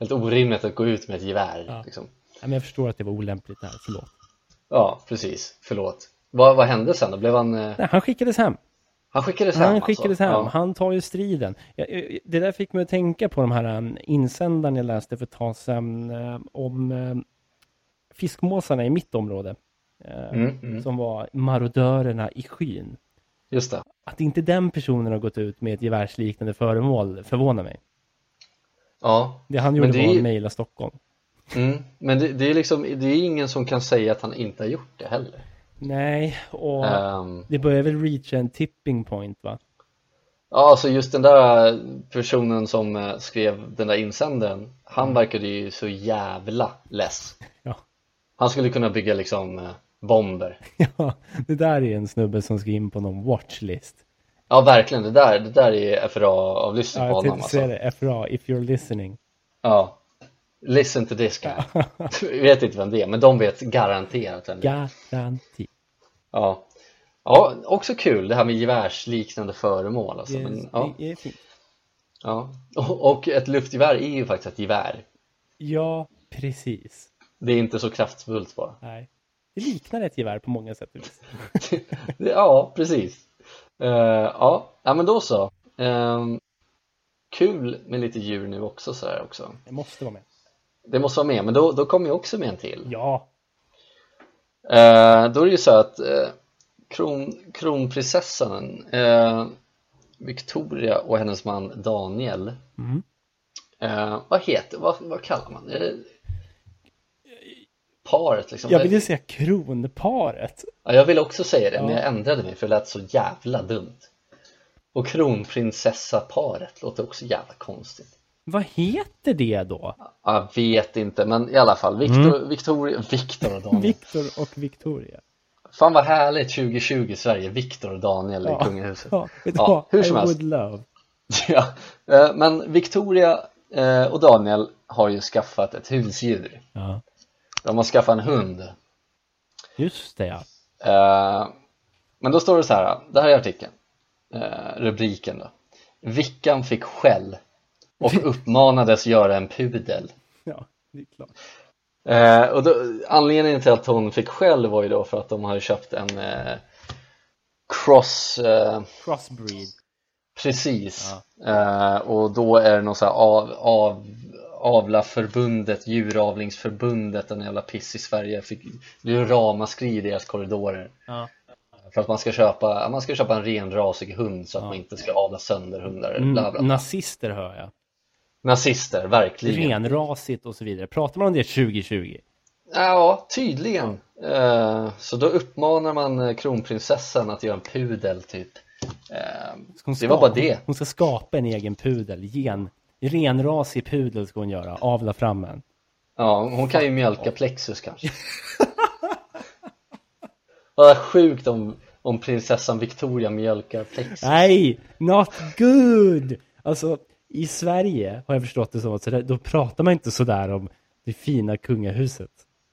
Speaker 2: helt orimligt att gå ut med ett gevär.
Speaker 1: Ja.
Speaker 2: Liksom.
Speaker 1: Ja, men jag förstår att det var olämpligt där, förlåt.
Speaker 2: ja precis. Förlåt. Vad, vad hände sen då? Blev han... eh,
Speaker 1: Nej, han skickades hem.
Speaker 2: Han skickades hem
Speaker 1: Han skickades hem.
Speaker 2: alltså. Ja.
Speaker 1: Han tar ju striden. Jag- jag- Det där fick mig att tänka på de här um, insändarna jag läste för ett tag sedan um, om um, fiskmåsarna i mitt område. eh,
Speaker 2: Mm, mm.
Speaker 1: Som var marodörerna i skyn.
Speaker 2: Just det.
Speaker 1: Att inte den personen har gått ut med ett gevärsliknande föremål förvånar mig.
Speaker 2: Ja.
Speaker 1: Det han
Speaker 2: Men
Speaker 1: gjorde
Speaker 2: det är
Speaker 1: var
Speaker 2: ju-
Speaker 1: att mejla Stockholm.
Speaker 2: Mm. Men det, det är liksom, det är ingen som kan säga att han inte har gjort det heller.
Speaker 1: Nej, och
Speaker 2: Ehm,
Speaker 1: det börjar väl reacha en tipping point va?
Speaker 2: Ja, alltså just den där personen som eh, skrev den där insändaren, han verkade ju så jävla less.
Speaker 1: Mm. Ja.
Speaker 2: Han skulle kunna bygga liksom eh, bomber.
Speaker 1: Ja, det där är en snubbe som ska in på någon watchlist.
Speaker 2: Ja, verkligen. Det där, det där är FRA-avlyssning
Speaker 1: Ja,
Speaker 2: på
Speaker 1: jag
Speaker 2: honom
Speaker 1: tänkte säga
Speaker 2: alltså.
Speaker 1: det, FRA, if you're listening.
Speaker 2: Ja. Listen to this guy. Jag vet inte vem det är, men de vet garanterat vem det är.
Speaker 1: Garanti.
Speaker 2: Ja. Ja, också kul det här med gevärsliknande föremål alltså.
Speaker 1: Yes,
Speaker 2: Men, ja,
Speaker 1: det är fint.
Speaker 2: ja. Och och ett luftgevär är ju faktiskt ett gevär.
Speaker 1: Ja, precis.
Speaker 2: Det är inte så kraftfullt bara.
Speaker 1: Nej. Det liknar ett gevär på många sätt och vis.
Speaker 2: Ja, precis. Eh, ja. ja, men då så. Ehm, kul med lite djur nu också sådär också.
Speaker 1: Det måste vara med.
Speaker 2: Det måste vara med, men då, då kommer jag också med en till.
Speaker 1: Ja,
Speaker 2: Eh, då är det ju så att eh, kron, kronprinsessan eh, Victoria och hennes man Daniel.
Speaker 1: Mm.
Speaker 2: Eh, vad heter, vad, vad kallar man det? Är det? Paret liksom.
Speaker 1: jag ville säga kronparet.
Speaker 2: Ja, jag vill också säga det, men
Speaker 1: Ja.
Speaker 2: jag ändrade mig för det lät så jävla dumt. Och kronprinsessa-paret låter också jävla konstigt.
Speaker 1: Vad heter det då?
Speaker 2: Jag vet inte, men i alla fall Victor,
Speaker 1: Mm.
Speaker 2: Victoria, Victor och Daniel.
Speaker 1: Viktor och Victoria.
Speaker 2: Fan vad härligt 2020 Sverige, Victor och Daniel i kungahuset.
Speaker 1: ja, vet du
Speaker 2: Ja,
Speaker 1: vad?
Speaker 2: hur som
Speaker 1: I
Speaker 2: helst.
Speaker 1: would love.
Speaker 2: Ja, eh, men Victoria eh, och Daniel har ju skaffat ett husdjur.
Speaker 1: Ja.
Speaker 2: De har skaffat en hund.
Speaker 1: Just det, ja.
Speaker 2: Eh, Men då står det så här, det här är artikeln, eh, rubriken då. Vickan fick skäll och uppmanades göra en pudel.
Speaker 1: Ja, det är klart.
Speaker 2: Eh, Och då, anledningen till att hon fick skäll var ju då för att de hade köpt en eh, cross, eh,
Speaker 1: Crossbreed.
Speaker 2: precis. Eh, och då är det någon så här av, av, avlaförbundet, djuravlingsförbundet, en jävla piss i Sverige. Fick, det är ju ramaskri i deras korridorer. Eh,
Speaker 1: Ja.
Speaker 2: För att man ska köpa, man ska köpa en renrasig hund så att
Speaker 1: Ja.
Speaker 2: man inte ska avla sönder hundar.
Speaker 1: Mm,
Speaker 2: Bla bla.
Speaker 1: nazister hör jag.
Speaker 2: Nazister, verkligen.
Speaker 1: Renrasigt och så vidare. Pratar man om det 2020?
Speaker 2: Ja, tydligen. Eh, Så då uppmanar man eh, kronprinsessan att göra en pudel typ. Eh,
Speaker 1: Ska hon
Speaker 2: Det var
Speaker 1: skapa-
Speaker 2: bara det.
Speaker 1: Hon ska skapa en egen pudel. Gen, renrasig pudel ska hon göra. Avla fram en.
Speaker 2: Ja, hon kan ju mjölka plexus kanske. Vad sjukt om, om prinsessan Victoria mjölkar plexus.
Speaker 1: Nej, not good! Alltså, i Sverige har jag förstått det som att sådär, då pratar man inte sådär om det fina kungahuset.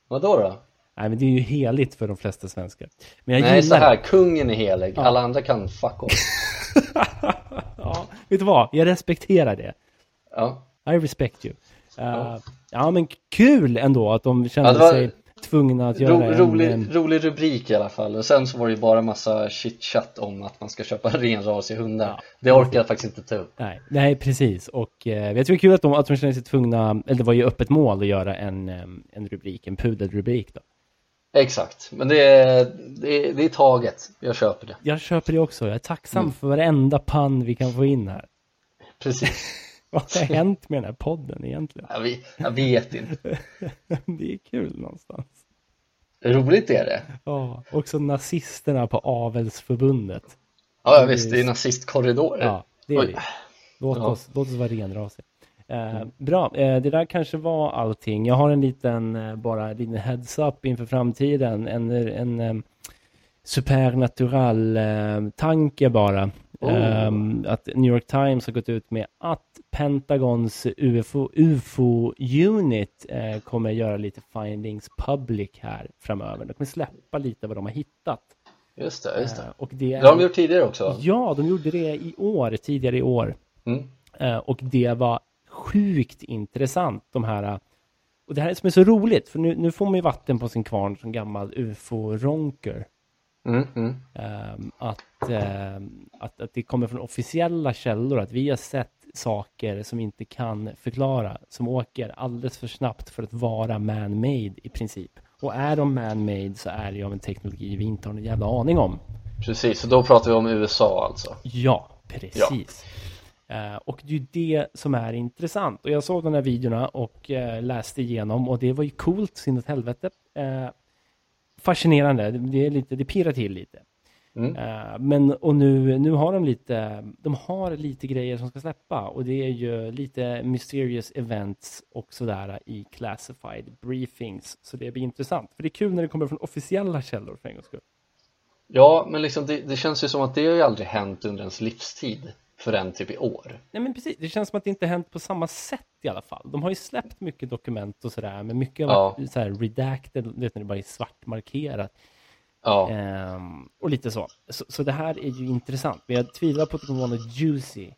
Speaker 2: Vadå då?
Speaker 1: Nej, men det är ju heligt för de flesta svenskar. Men jag
Speaker 2: Nej, så
Speaker 1: gillar
Speaker 2: här,
Speaker 1: det.
Speaker 2: kungen är helig. Alla andra kan fuck off.
Speaker 1: Ja, vet du vad? Jag respekterar det.
Speaker 2: Ja.
Speaker 1: I respect you. Eh, Ja, men kul ändå att de kände
Speaker 2: Ja, det var-
Speaker 1: sig tvungna att göra
Speaker 2: Alltså, Ro,
Speaker 1: en,
Speaker 2: rolig,
Speaker 1: en...
Speaker 2: rolig rubrik i alla fall och sen så var det ju bara massa chitchat om att man ska köpa renrasiga hundar.
Speaker 1: Ja.
Speaker 2: Det orkar jag faktiskt inte ta upp.
Speaker 1: Nej, nej, precis. Och eh, jag tycker det är kul att de, att de kände sig tvungna, eller det var ju öppet mål att göra en, eh, en rubrik, en pudelrubrik då.
Speaker 2: Exakt, men det är, det, är, det är taget. Jag köper det.
Speaker 1: Jag köper det också. Jag är tacksam för varenda pann vi kan få in här.
Speaker 2: Precis.
Speaker 1: Vad har hänt med den här podden egentligen?
Speaker 2: Jag vet, jag vet inte.
Speaker 1: Det är kul någonstans.
Speaker 2: Roligt är det.
Speaker 1: Ja, också nazisterna på avelsförbundet.
Speaker 2: Ja, ja visst, det är nazistkorridorer.
Speaker 1: Ja, det är
Speaker 2: Eh, Oj.
Speaker 1: vi. Låt,
Speaker 2: Ja.
Speaker 1: oss, låt oss vara renrasiga. Eh, Bra, eh, det där kanske var allting. Jag har en liten, eh, bara en liten heads-up inför framtiden. En, en eh, em, supernatural-tanke bara.
Speaker 2: Oh.
Speaker 1: Em, att New York Times har gått ut med att Pentagons UFO, UFO-unit eh, kommer göra lite findings public här framöver. De kommer släppa lite vad de har hittat.
Speaker 2: Just det, just det.
Speaker 1: Eh, och det
Speaker 2: Det har de gjort tidigare också.
Speaker 1: Ja, de gjorde det i år, tidigare i år.
Speaker 2: Mm.
Speaker 1: Eh, och det var sjukt intressant. De här, eh, och det här är som är så roligt, för nu, nu får man ju vatten på sin kvarn som gammal ufo-ronker.
Speaker 2: Mm, mm.
Speaker 1: Ehm, att, ehm, att, att det kommer från officiella källor, att vi har sett saker som inte kan förklara, som åker alldeles för snabbt för att vara man-made i princip. Och är de man-made så är det ju av en teknologi vi inte har någon jävla aning om.
Speaker 2: Precis, så då pratar vi om USA alltså.
Speaker 1: Ja, precis. Eh, och det är ju det som är intressant. Och jag såg de här videorna och eh, läste igenom och det var ju coolt så inåt helvete. Eh, fascinerande, det, det, är lite, det pirrar till lite.
Speaker 2: Mm.
Speaker 1: Eh, men och nu, nu har de lite, de har lite grejer som ska släppa och det är ju lite mysterious events och sådär i classified briefings. Så det blir intressant, för det är kul när det kommer från officiella källor för en gångs skull.
Speaker 2: Ja, men liksom det, det känns ju som att det har ju aldrig hänt under ens livstid förrän typ i år.
Speaker 1: Nej men precis, det känns som att det inte hänt på samma sätt i alla fall. De har ju släppt mycket dokument och sådär, men mycket har
Speaker 2: Ja.
Speaker 1: varit så här redacted, du vet när det bara är svart markerat.
Speaker 2: Ja,
Speaker 1: Ehm, och lite så. så. Så det här är ju intressant, men jag tvivlar på att det kommer vara något juicy.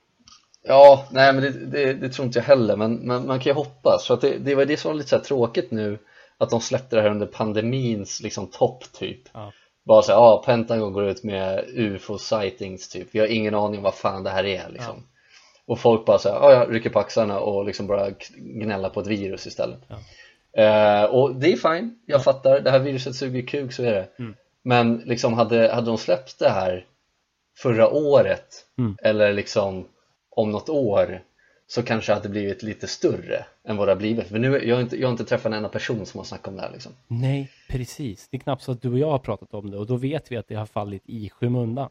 Speaker 2: ja nej men det, det, det tror inte jag heller, men, men man kan ju hoppas. För att det, det var det som var lite så här tråkigt nu, att de släppte det här under pandemins liksom topp typ.
Speaker 1: Ja.
Speaker 2: Bara så här, ja, Pentagon går ut med UFO-sightings typ, vi har ingen aning om vad fan det här är liksom. Och folk bara så här, ja, ja, rycker på axlarna och liksom bara k- gnälla på ett virus istället.
Speaker 1: Ja.
Speaker 2: Eh, och det är fine, jag fattar, det här viruset suger kuk, så är det.
Speaker 1: Mm.
Speaker 2: Men liksom hade, hade de släppt det här förra året
Speaker 1: Mm.
Speaker 2: eller liksom om något år så kanske det hade blivit lite större än vad det har blivit. För nu, jag, har inte, jag har inte träffat en enda person som har snackat om det här liksom.
Speaker 1: Nej, precis. Det är knappt så att du och jag har pratat om det och då vet vi att det har fallit i skymundan.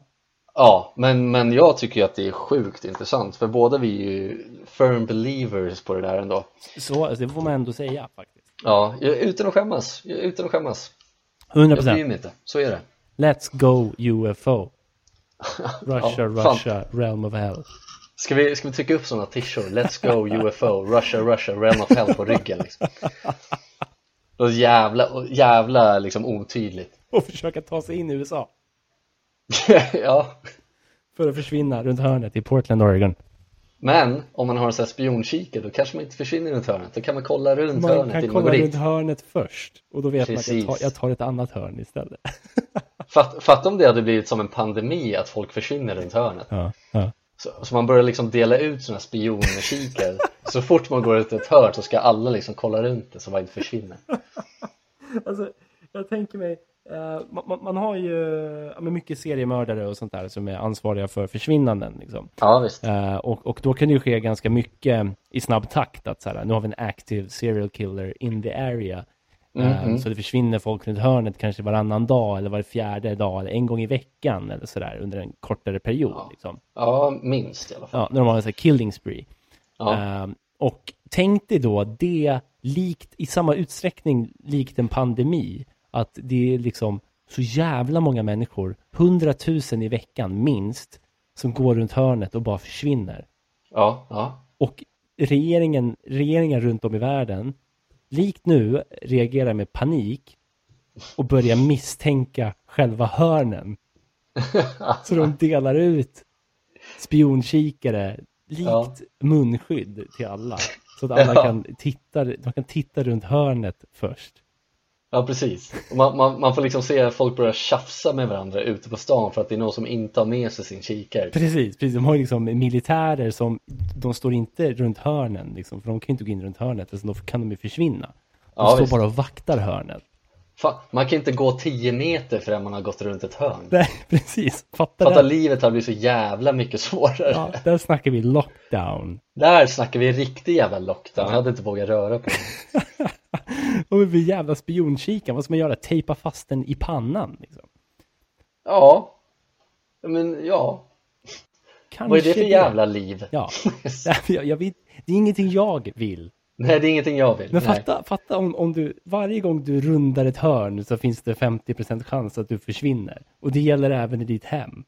Speaker 2: Ja, men, men jag tycker ju att det är sjukt intressant för båda vi är ju firm believers på det där ändå.
Speaker 1: Så alltså, det får man ändå säga faktiskt.
Speaker 2: Ja, jag- utan att skämmas, jag- utan att skämmas. Jag
Speaker 1: 100%.
Speaker 2: bryr mig inte, så är det.
Speaker 1: Let's go UFO. Russia,
Speaker 2: Ja, fan.
Speaker 1: Russia, realm of hell.
Speaker 2: Ska vi, ska vi trycka upp sådana t-shirts? Let's go UFO, Russia, Russia, Realm of Hell på ryggen liksom. Och jävla, och jävla liksom otydligt.
Speaker 1: Och försöka ta sig in i USA.
Speaker 2: ja,
Speaker 1: För att försvinna runt hörnet i Portland, Oregon.
Speaker 2: men om man har en sån här spionkikare då kanske man inte försvinner runt hörnet. Då kan man kolla runt
Speaker 1: Man
Speaker 2: hörnet
Speaker 1: kan
Speaker 2: innan man går
Speaker 1: kolla
Speaker 2: dit.
Speaker 1: runt hörnet först och då vet man att
Speaker 2: Precis.
Speaker 1: jag tar, jag tar ett annat hörn istället.
Speaker 2: Fatt, fatta om det hade blivit som en pandemi att folk försvinner runt hörnet.
Speaker 1: Ja, ja.
Speaker 2: Så, så man börjar liksom dela ut sådana här spionkikare. så fort man går ut ett hörn så ska alla liksom kolla runt det så man inte försvinner.
Speaker 1: Alltså, jag tänker mig, eh, man, man, man har ju ja, men mycket seriemördare och sånt där som är ansvariga för försvinnanden. Liksom.
Speaker 2: Ja, visst.
Speaker 1: Eh, och, och då kan det ju ske ganska mycket i snabb takt. Att så här, nu har vi en active serial killer in the area. Eh,
Speaker 2: Mm-hmm.
Speaker 1: Så det försvinner folk runt hörnet kanske varannan dag eller var fjärde dag eller en gång i veckan eller sådär under en kortare period. Liksom.
Speaker 2: Ja, minst i alla fall.
Speaker 1: Ja, när de har en sån här killing spree.
Speaker 2: Ja.
Speaker 1: Ehm, och tänk dig då det likt, i samma utsträckning likt en pandemi. Att det är liksom så jävla många människor, hundratusen i veckan minst, som går runt hörnet och bara försvinner.
Speaker 2: Ja, ja.
Speaker 1: Och regeringen, regeringar runt om i världen, likt nu, reagerar med panik och börjar misstänka själva hörnen. Så de delar ut spionkikare, likt
Speaker 2: Ja.
Speaker 1: munskydd till alla. Så att alla
Speaker 2: Ja.
Speaker 1: kan, titta, de kan titta runt hörnet först.
Speaker 2: Ja precis, Och man, man, man får liksom se folk börja tjafsa med varandra ute på stan för att det är någon som inte har med sig sin kikare
Speaker 1: Precis, precis. De har ju liksom militärer som, de står inte runt hörnen liksom, för de kan ju inte gå in runt hörnet, alltså, då kan de ju försvinna. De
Speaker 2: Ja,
Speaker 1: står
Speaker 2: visst.
Speaker 1: bara och vaktar hörnet.
Speaker 2: Fan, Man kan inte gå 10 meter förrän man har gått runt ett hörn
Speaker 1: Nej, precis. Fattar
Speaker 2: Fatta
Speaker 1: det?
Speaker 2: livet har blivit så jävla mycket svårare
Speaker 1: Ja, där snackar vi lockdown.
Speaker 2: Där snackar vi riktig jävla lockdown, jag hade inte vågat röra på mig
Speaker 1: Och vi blir jävla spionkikaren. Vad ska man göra? Tejpa fast den i pannan? Liksom.
Speaker 2: Ja, men ja,
Speaker 1: Kanske
Speaker 2: vad är det för jävla liv?
Speaker 1: Ja. Nej, men jag, jag vet, det är ingenting jag vill.
Speaker 2: Nej det är ingenting jag vill
Speaker 1: Men
Speaker 2: Nej.
Speaker 1: fatta, fatta om, om du, varje gång du rundar ett hörn så finns det 50% chans att du försvinner. Och det gäller även i ditt hem.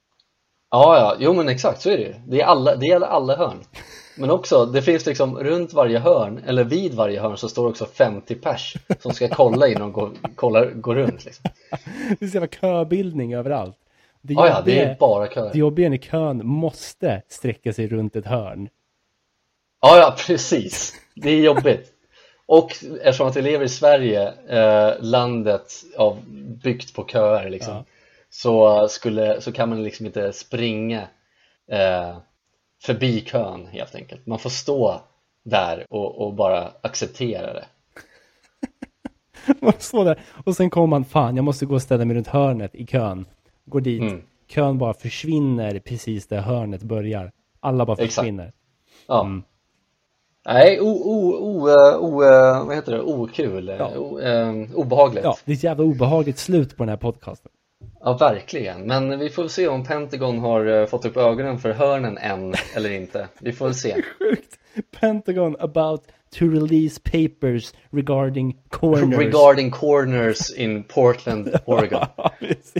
Speaker 2: Ja, ja, jo men exakt så är det ju. Det, är alla, det gäller alla hörn. Men också, det finns liksom runt varje hörn, eller vid varje hörn så står också 50 pers som ska kolla innan de går, kollar, går runt. Liksom.
Speaker 1: Det är så jävla köbildning överallt. Det
Speaker 2: Ja, ja, det
Speaker 1: jobbiga-
Speaker 2: är bara
Speaker 1: det
Speaker 2: köer.
Speaker 1: jobbiga är när kön måste sträcka sig runt ett hörn.
Speaker 2: Ja, ja, precis. Det är jobbigt. Och eftersom att vi lever i Sverige, eh, landet av, byggt på köer, liksom,
Speaker 1: Ja.
Speaker 2: så, skulle, så kan man liksom inte springa eh, förbi kön helt enkelt. Man får stå där och, och bara acceptera det.
Speaker 1: Man står där. Och sen kommer man, fan jag måste gå och ställa mig runt hörnet i kön. Går dit,
Speaker 2: Mm.
Speaker 1: kön bara försvinner precis där hörnet börjar. Alla bara
Speaker 2: Exakt.
Speaker 1: försvinner.
Speaker 2: Ja.
Speaker 1: Mm.
Speaker 2: Nej, o, o, o, eh, o, eh, vad heter det? okul, eh,
Speaker 1: Ja.
Speaker 2: o, eh, obehagligt.
Speaker 1: Ja,
Speaker 2: Ja.
Speaker 1: det är ett jävla obehagligt slut på den här podcasten.
Speaker 2: verkligen. Men vi får väl se om Pentagon har eh, fått upp ögonen för hörnen än eller inte. Vi får väl se.
Speaker 1: Sjukt. Pentagon about to release papers regarding corners.
Speaker 2: Regarding corners in Portland, Oregon.
Speaker 1: Ja, precis.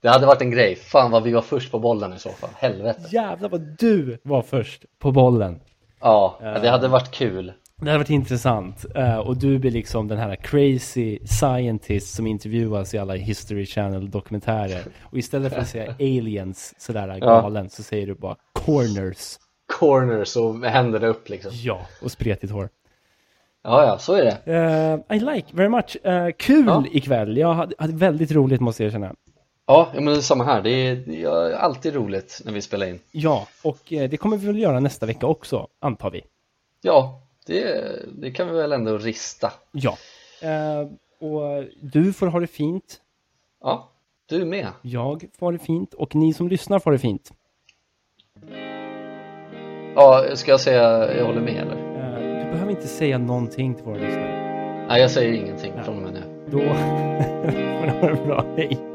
Speaker 2: Det hade varit en grej. Fan vad vi var först på bollen i så fall. Helvete.
Speaker 1: Jävlar vad du var först på bollen.
Speaker 2: Ja, det hade varit kul.
Speaker 1: Det hade varit intressant. Eh, och du blir liksom den här crazy scientist som intervjuas i alla History Channel-dokumentärer. Och istället för att säga aliens sådär galen så säger du bara corners.
Speaker 2: Corners och med händerna upp liksom.
Speaker 1: Ja, och spretigt hår.
Speaker 2: Ja, ja, så är det.
Speaker 1: Eh, I like very much. Eh, kul
Speaker 2: Ja.
Speaker 1: ikväll. Jag hade, hade väldigt roligt måste jag erkänna.
Speaker 2: Ja, men det är samma här. Det är, det är alltid roligt när vi spelar in.
Speaker 1: Ja, och eh, det kommer vi väl göra nästa vecka också, antar vi.
Speaker 2: Ja, det, det kan vi väl ändå rista.
Speaker 1: Ja. Eh, och du får ha det fint.
Speaker 2: Ja, du med.
Speaker 1: Jag får ha det fint. Och ni som lyssnar får ha det fint.
Speaker 2: Ja, ska jag säga jag håller med eller?
Speaker 1: Eh, du behöver inte säga någonting till våra lyssnare.
Speaker 2: Nej, jag säger ingenting från och med nu.
Speaker 1: Då får ni ha det bra. Hej.